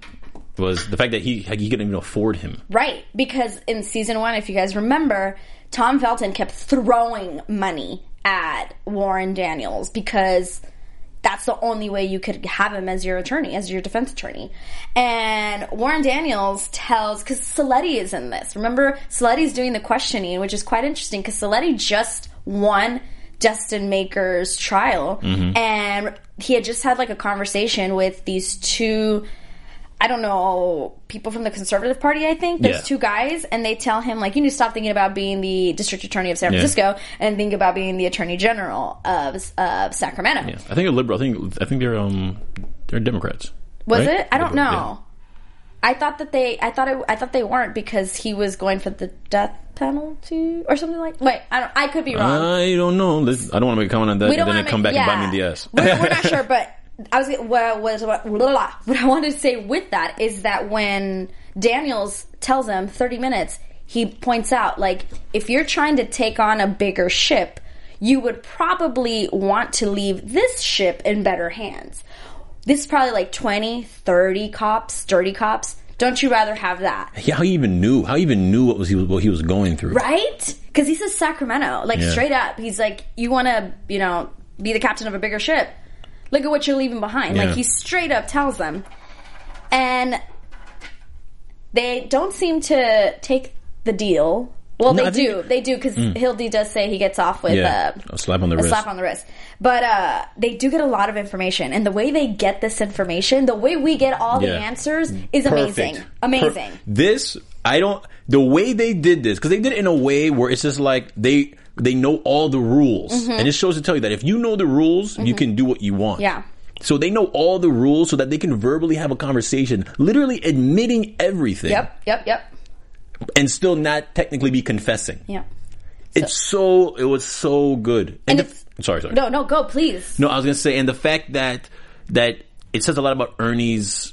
Speaker 4: was the fact that he he couldn't even afford him.
Speaker 3: Right, because in season one, if you guys remember, Tom Felton kept throwing money at Warren Daniels because that's the only way you could have him as your attorney, as your defense attorney. And Warren Daniels tells, because Saletti is in this. Remember, Saletti's doing the questioning, which is quite interesting because Saletti just won Justin Maker's trial. And he had just had like a conversation with these two I don't know, people from the Conservative Party, I think. There's
Speaker 4: Yeah.
Speaker 3: two guys, and they tell him, like, you need to stop thinking about being the district attorney of San
Speaker 4: Yeah.
Speaker 3: Francisco and think about being the attorney general of, of Sacramento.
Speaker 4: Yeah. I think a liberal. I think I think they're um they're Democrats.
Speaker 3: Was
Speaker 4: right?
Speaker 3: it? I don't
Speaker 4: Liberal, yeah.
Speaker 3: know. I thought that they, I thought, it, I thought they weren't because he was going for the death penalty or something like. Wait, I don't. I could be wrong.
Speaker 4: I don't know. This- I don't want to make a comment on that.
Speaker 3: we
Speaker 4: And
Speaker 3: don't
Speaker 4: then
Speaker 3: want
Speaker 4: they
Speaker 3: to
Speaker 4: come back
Speaker 3: yeah.
Speaker 4: and bite me in the ass.
Speaker 3: we're, we're not sure, but I was what was what, blah, blah, blah. what I wanted to say with that is that when Daniels tells him thirty minutes, he points out like if you're trying to take on a bigger ship, you would probably want to leave this ship in better hands. This is probably like 20, 30 cops, dirty cops. Don't you rather have that?
Speaker 4: Yeah, how he even knew? How he even knew what was he what he was going through?
Speaker 3: Right? Because he says Sacramento, like
Speaker 4: Yeah.
Speaker 3: straight up. He's like, you want to, you know, be the captain of a bigger ship. Look at what you're leaving behind.
Speaker 4: Yeah.
Speaker 3: Like he straight up tells them, and they don't seem to take the deal. Well,
Speaker 4: No,
Speaker 3: they
Speaker 4: I think- Mm.
Speaker 3: do. They do because Hildy does say he gets off with
Speaker 4: Yeah,
Speaker 3: uh,
Speaker 4: a slap on the
Speaker 3: a
Speaker 4: wrist.
Speaker 3: slap on the wrist. But uh, they do get a lot of information, and the way they get this information, the way we get all the
Speaker 4: Yeah.
Speaker 3: answers, is
Speaker 4: Perfect.
Speaker 3: amazing.
Speaker 4: Per-
Speaker 3: Amazing.
Speaker 4: this I don't. The way they did this because they did it in a way where it's just like they they know all the rules,
Speaker 3: Mm-hmm.
Speaker 4: and it shows to tell you that if you know the rules, you can do what you want.
Speaker 3: Yeah.
Speaker 4: So they know all the rules so that they can verbally have a conversation, literally admitting everything,
Speaker 3: Yep. Yep. Yep.
Speaker 4: and still not technically be confessing.
Speaker 3: Yeah.
Speaker 4: It's so it was so good.
Speaker 3: And
Speaker 4: the-
Speaker 3: it's-
Speaker 4: sorry, sorry.
Speaker 3: No, no, go please.
Speaker 4: No, I was gonna say, and the fact that that it says a lot about Ernie's.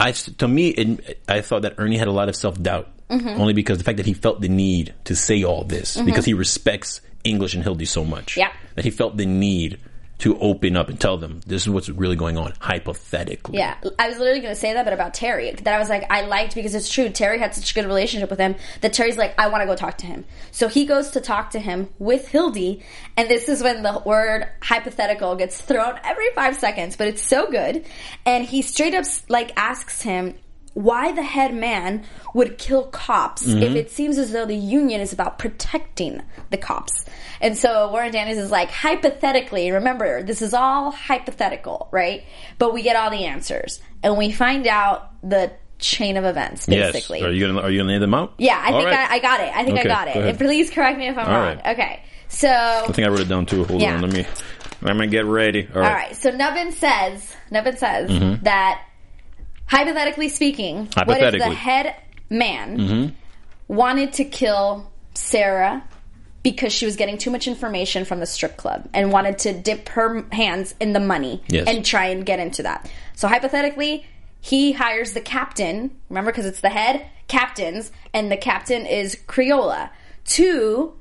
Speaker 4: I to me, it, I thought that Ernie had a lot of self doubt,
Speaker 3: Mm-hmm.
Speaker 4: only because the fact that he felt the need to say all this because he respects English and Hildy so much.
Speaker 3: Yeah.
Speaker 4: that he felt the need to open up and tell them this is what's really going on hypothetically.
Speaker 3: Yeah, I was literally going to say that, but about Terry, that I was like, I liked because it's true. Terry had such a good relationship with him that Terry's like, I want to go talk to him. So he goes to talk to him with Hildy, and this is when the word hypothetical gets thrown every five seconds, but it's so good. And he straight up like asks him why the head man would kill cops
Speaker 4: Mm-hmm.
Speaker 3: if it seems as though the union is about protecting the cops. And so Warren Daniels is like, hypothetically, remember, this is all hypothetical, right? But we get all the answers and we find out the chain of events,
Speaker 4: Yes.
Speaker 3: basically.
Speaker 4: Are you gonna are you gonna name them out?
Speaker 3: yeah, I
Speaker 4: All
Speaker 3: think
Speaker 4: right.
Speaker 3: I, I got it. I think
Speaker 4: Okay,
Speaker 3: I got it.
Speaker 4: go ahead.
Speaker 3: And please correct me if I'm
Speaker 4: All
Speaker 3: wrong.
Speaker 4: right.
Speaker 3: Okay. So,
Speaker 4: I think I wrote it down too. Hold
Speaker 3: Yeah.
Speaker 4: on, let me let me get ready. All
Speaker 3: all
Speaker 4: right. Mm-hmm.
Speaker 3: right. So Nubbin says, Nubbin says that hypothetically speaking, what if
Speaker 4: Hypothetically. Mm-hmm.
Speaker 3: the head man wanted to kill Sarah because she was getting too much information from the strip club and wanted to dip her hands in the money
Speaker 4: Yes.
Speaker 3: and try and get into that. So hypothetically, he hires the captain, remember because it's the head captains and the captain is Creola to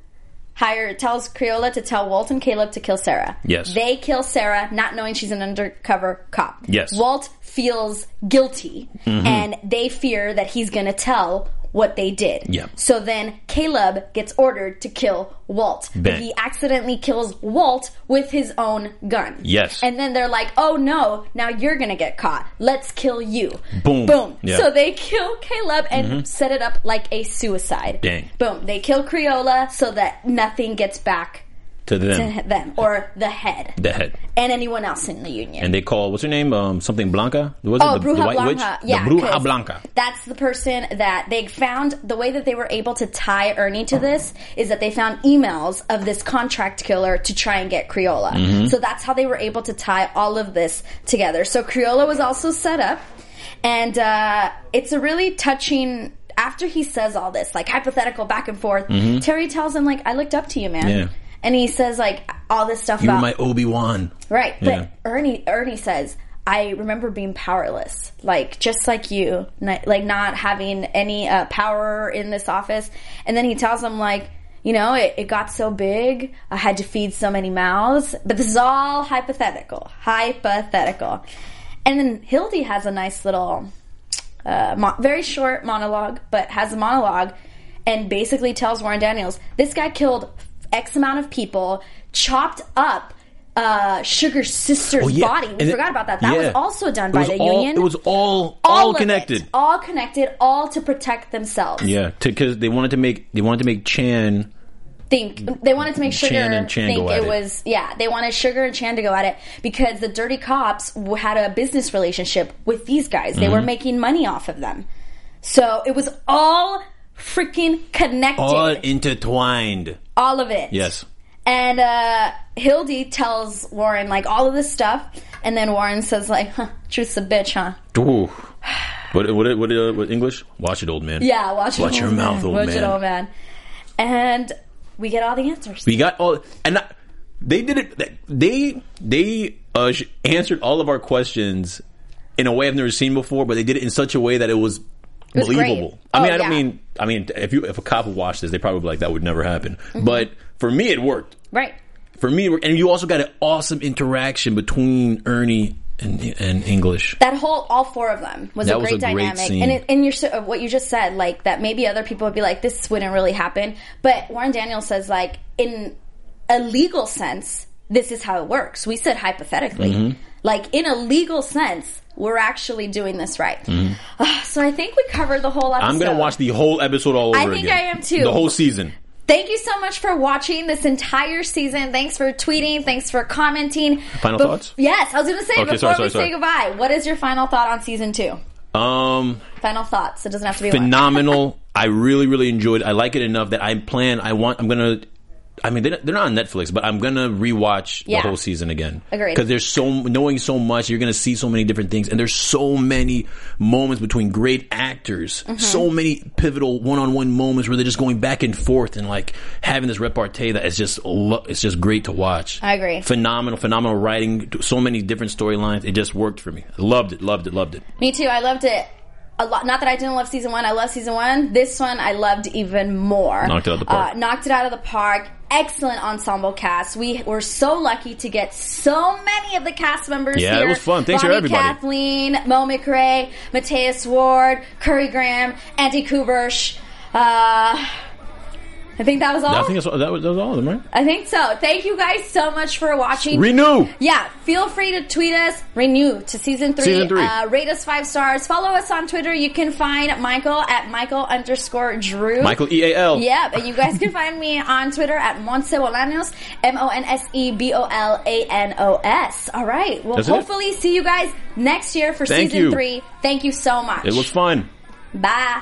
Speaker 3: hire tells Creola to tell Walt and Caleb to kill Sarah.
Speaker 4: Yes.
Speaker 3: They kill Sarah not knowing she's an undercover cop.
Speaker 4: Yes. Mm-hmm.
Speaker 3: Walt feels guilty and they fear that he's going to tell what they did.
Speaker 4: Yeah.
Speaker 3: So then Caleb gets ordered to kill Walt. But
Speaker 4: Bang.
Speaker 3: he accidentally kills Walt with his own gun.
Speaker 4: Yes.
Speaker 3: And then they're like, oh no, now you're going to get caught. Let's kill you.
Speaker 4: Boom.
Speaker 3: Boom.
Speaker 4: Yeah. Mm-hmm.
Speaker 3: So they kill Caleb and set it up like a suicide.
Speaker 4: Dang.
Speaker 3: Boom. They kill Creola so that nothing gets back
Speaker 4: To them,
Speaker 3: to them or the head
Speaker 4: the head.
Speaker 3: and anyone else in the union.
Speaker 4: and they call what's her name um something Blanca was
Speaker 3: Oh,
Speaker 4: it the,
Speaker 3: Bruja
Speaker 4: the white
Speaker 3: Blanca.
Speaker 4: witch
Speaker 3: Yeah,
Speaker 4: the Bruja
Speaker 3: 'cause
Speaker 4: Blanca
Speaker 3: That's the person that they found. The way that they were able to tie Ernie to this is that they found emails of this contract killer to try and get Creola.
Speaker 4: Mm-hmm.
Speaker 3: So that's how they were able to tie all of this together. So Creola was also set up, and uh, it's a really touching. After he says all this, like hypothetical back and forth, Terry tells him, "Like I looked up to you, man."
Speaker 4: Mm-hmm. Yeah.
Speaker 3: And he says, "Like all this stuff
Speaker 4: you were
Speaker 3: about
Speaker 4: my Obi Wan
Speaker 3: Right,
Speaker 4: Yeah.
Speaker 3: but Ernie Ernie says, "I remember being powerless, like just like you, not, like not having any uh, power in this office." And then he tells him, like, you know, it, it got so big, I had to feed so many mouths. But this is all hypothetical, hypothetical. And then Hildy has a nice little, uh, mo- very short monologue, but has a monologue and basically tells Warren Daniels, this guy killed X amount of people, chopped up uh, Sugar's sister's
Speaker 4: Oh, yeah.
Speaker 3: body. We
Speaker 4: And it-
Speaker 3: forgot about that. That was
Speaker 4: yeah.
Speaker 3: also done
Speaker 4: It
Speaker 3: by
Speaker 4: was
Speaker 3: the
Speaker 4: all-
Speaker 3: union.
Speaker 4: it was all all,
Speaker 3: of it.
Speaker 4: connected
Speaker 3: all connected, all to protect themselves.
Speaker 4: yeah because they wanted to make they wanted to make Chan
Speaker 3: think they wanted to make Sugar
Speaker 4: Chan and Chan
Speaker 3: think
Speaker 4: go
Speaker 3: it,
Speaker 4: at it.
Speaker 3: was yeah they wanted Sugar and Chan to go at it because the dirty cops w- had a business relationship with these guys. They
Speaker 4: Mm-hmm.
Speaker 3: were making money off of them, so it was all freaking connected,
Speaker 4: all
Speaker 3: all,
Speaker 4: intertwined
Speaker 3: of it.
Speaker 4: yes
Speaker 3: And uh, Hildy tells Warren like all of this stuff, and then Warren says like, huh, "Truth's a bitch, huh?"
Speaker 4: Ooh. what what what, uh, what English watch it old man
Speaker 3: Yeah, watch it,
Speaker 4: Watch
Speaker 3: old
Speaker 4: your
Speaker 3: man.
Speaker 4: mouth, old
Speaker 3: watch
Speaker 4: man.
Speaker 3: it, old man. And we get all the answers.
Speaker 4: we got all and I, they did it they they uh, sh- answered all of our questions in a way I've never seen before but they did it in such a way that it was
Speaker 3: was great.
Speaker 4: believable I
Speaker 3: Oh,
Speaker 4: mean I don't
Speaker 3: yeah.
Speaker 4: mean I mean if you if a cop watched this they probably would be like that would never happen but for me it worked
Speaker 3: Mm-hmm. right.
Speaker 4: for me it worked. and you also got an awesome interaction between Ernie and and English.
Speaker 3: that whole all four of them was
Speaker 4: That
Speaker 3: a
Speaker 4: was
Speaker 3: great
Speaker 4: a great
Speaker 3: dynamic
Speaker 4: scene.
Speaker 3: and it, and you're so, uh, what you just said like that maybe other people would be like this wouldn't really happen but Warren Daniels says like in a legal sense this is how it works we said hypothetically
Speaker 4: Mm-hmm.
Speaker 3: like in a legal sense we're actually doing this right Ah, so I think we covered the whole episode
Speaker 4: Mm-hmm. I'm gonna watch the whole episode all over
Speaker 3: I think
Speaker 4: again.
Speaker 3: I am too.
Speaker 4: The whole season.
Speaker 3: Thank you so much for watching this entire season. Thanks for tweeting. Thanks for commenting.
Speaker 4: Final thoughts?
Speaker 3: Yes, I was going to say
Speaker 4: Okay,
Speaker 3: before
Speaker 4: sorry, sorry,
Speaker 3: we
Speaker 4: sorry.
Speaker 3: say goodbye. What is your final thought on season two?
Speaker 4: Um,
Speaker 3: Final thoughts. It doesn't have to be one.
Speaker 4: phenomenal. I really, really enjoyed. it. I like it enough that I plan. I want. I'm gonna. I mean, they're they're not on Netflix, but I'm gonna rewatch
Speaker 3: Yeah.
Speaker 4: the whole season again.
Speaker 3: Agreed.
Speaker 4: Because there's so knowing so much, you're gonna see so many different things, and there's so many moments between great actors.
Speaker 3: Mm-hmm.
Speaker 4: So many pivotal one-on-one moments where they're just going back and forth and like having this repartee that is just lo- it's just great to watch.
Speaker 3: I agree.
Speaker 4: Phenomenal, phenomenal writing. So many different storylines. It just worked for me. Loved it. Loved it. Loved it.
Speaker 3: Me too. I loved it a lot. Not that I didn't love season one. I love season one. This one I loved even more.
Speaker 4: Knocked it out of the park.
Speaker 3: Uh, knocked it out of the park. Excellent ensemble cast. We were so lucky to get so many of the cast members
Speaker 4: Yeah, it
Speaker 3: here.
Speaker 4: was fun. Thanks for
Speaker 3: Bonnie
Speaker 4: everybody.
Speaker 3: Kathleen, Mo McRae, Mateus Ward, Curry Graham, Andy Kubersh. Uh, I think that was all.
Speaker 4: I think that's, that, was, that was all of them, right?
Speaker 3: I think so. Thank you guys so much for watching.
Speaker 4: Renew.
Speaker 3: Yeah, feel free to tweet us, renew to season three.
Speaker 4: Season three.
Speaker 3: Uh, rate us five stars. Follow us on Twitter. You can find Michael at Michael underscore Drew.
Speaker 4: Michael E A L.
Speaker 3: Yep, and you guys can find me on Twitter at Monse Bolanos, M O N S E B O L A N O S. All right. Well,
Speaker 4: That's it.
Speaker 3: hopefully see you guys next year for
Speaker 4: Thank
Speaker 3: season
Speaker 4: you.
Speaker 3: three. Thank you so much.
Speaker 4: It was fun.
Speaker 3: Bye.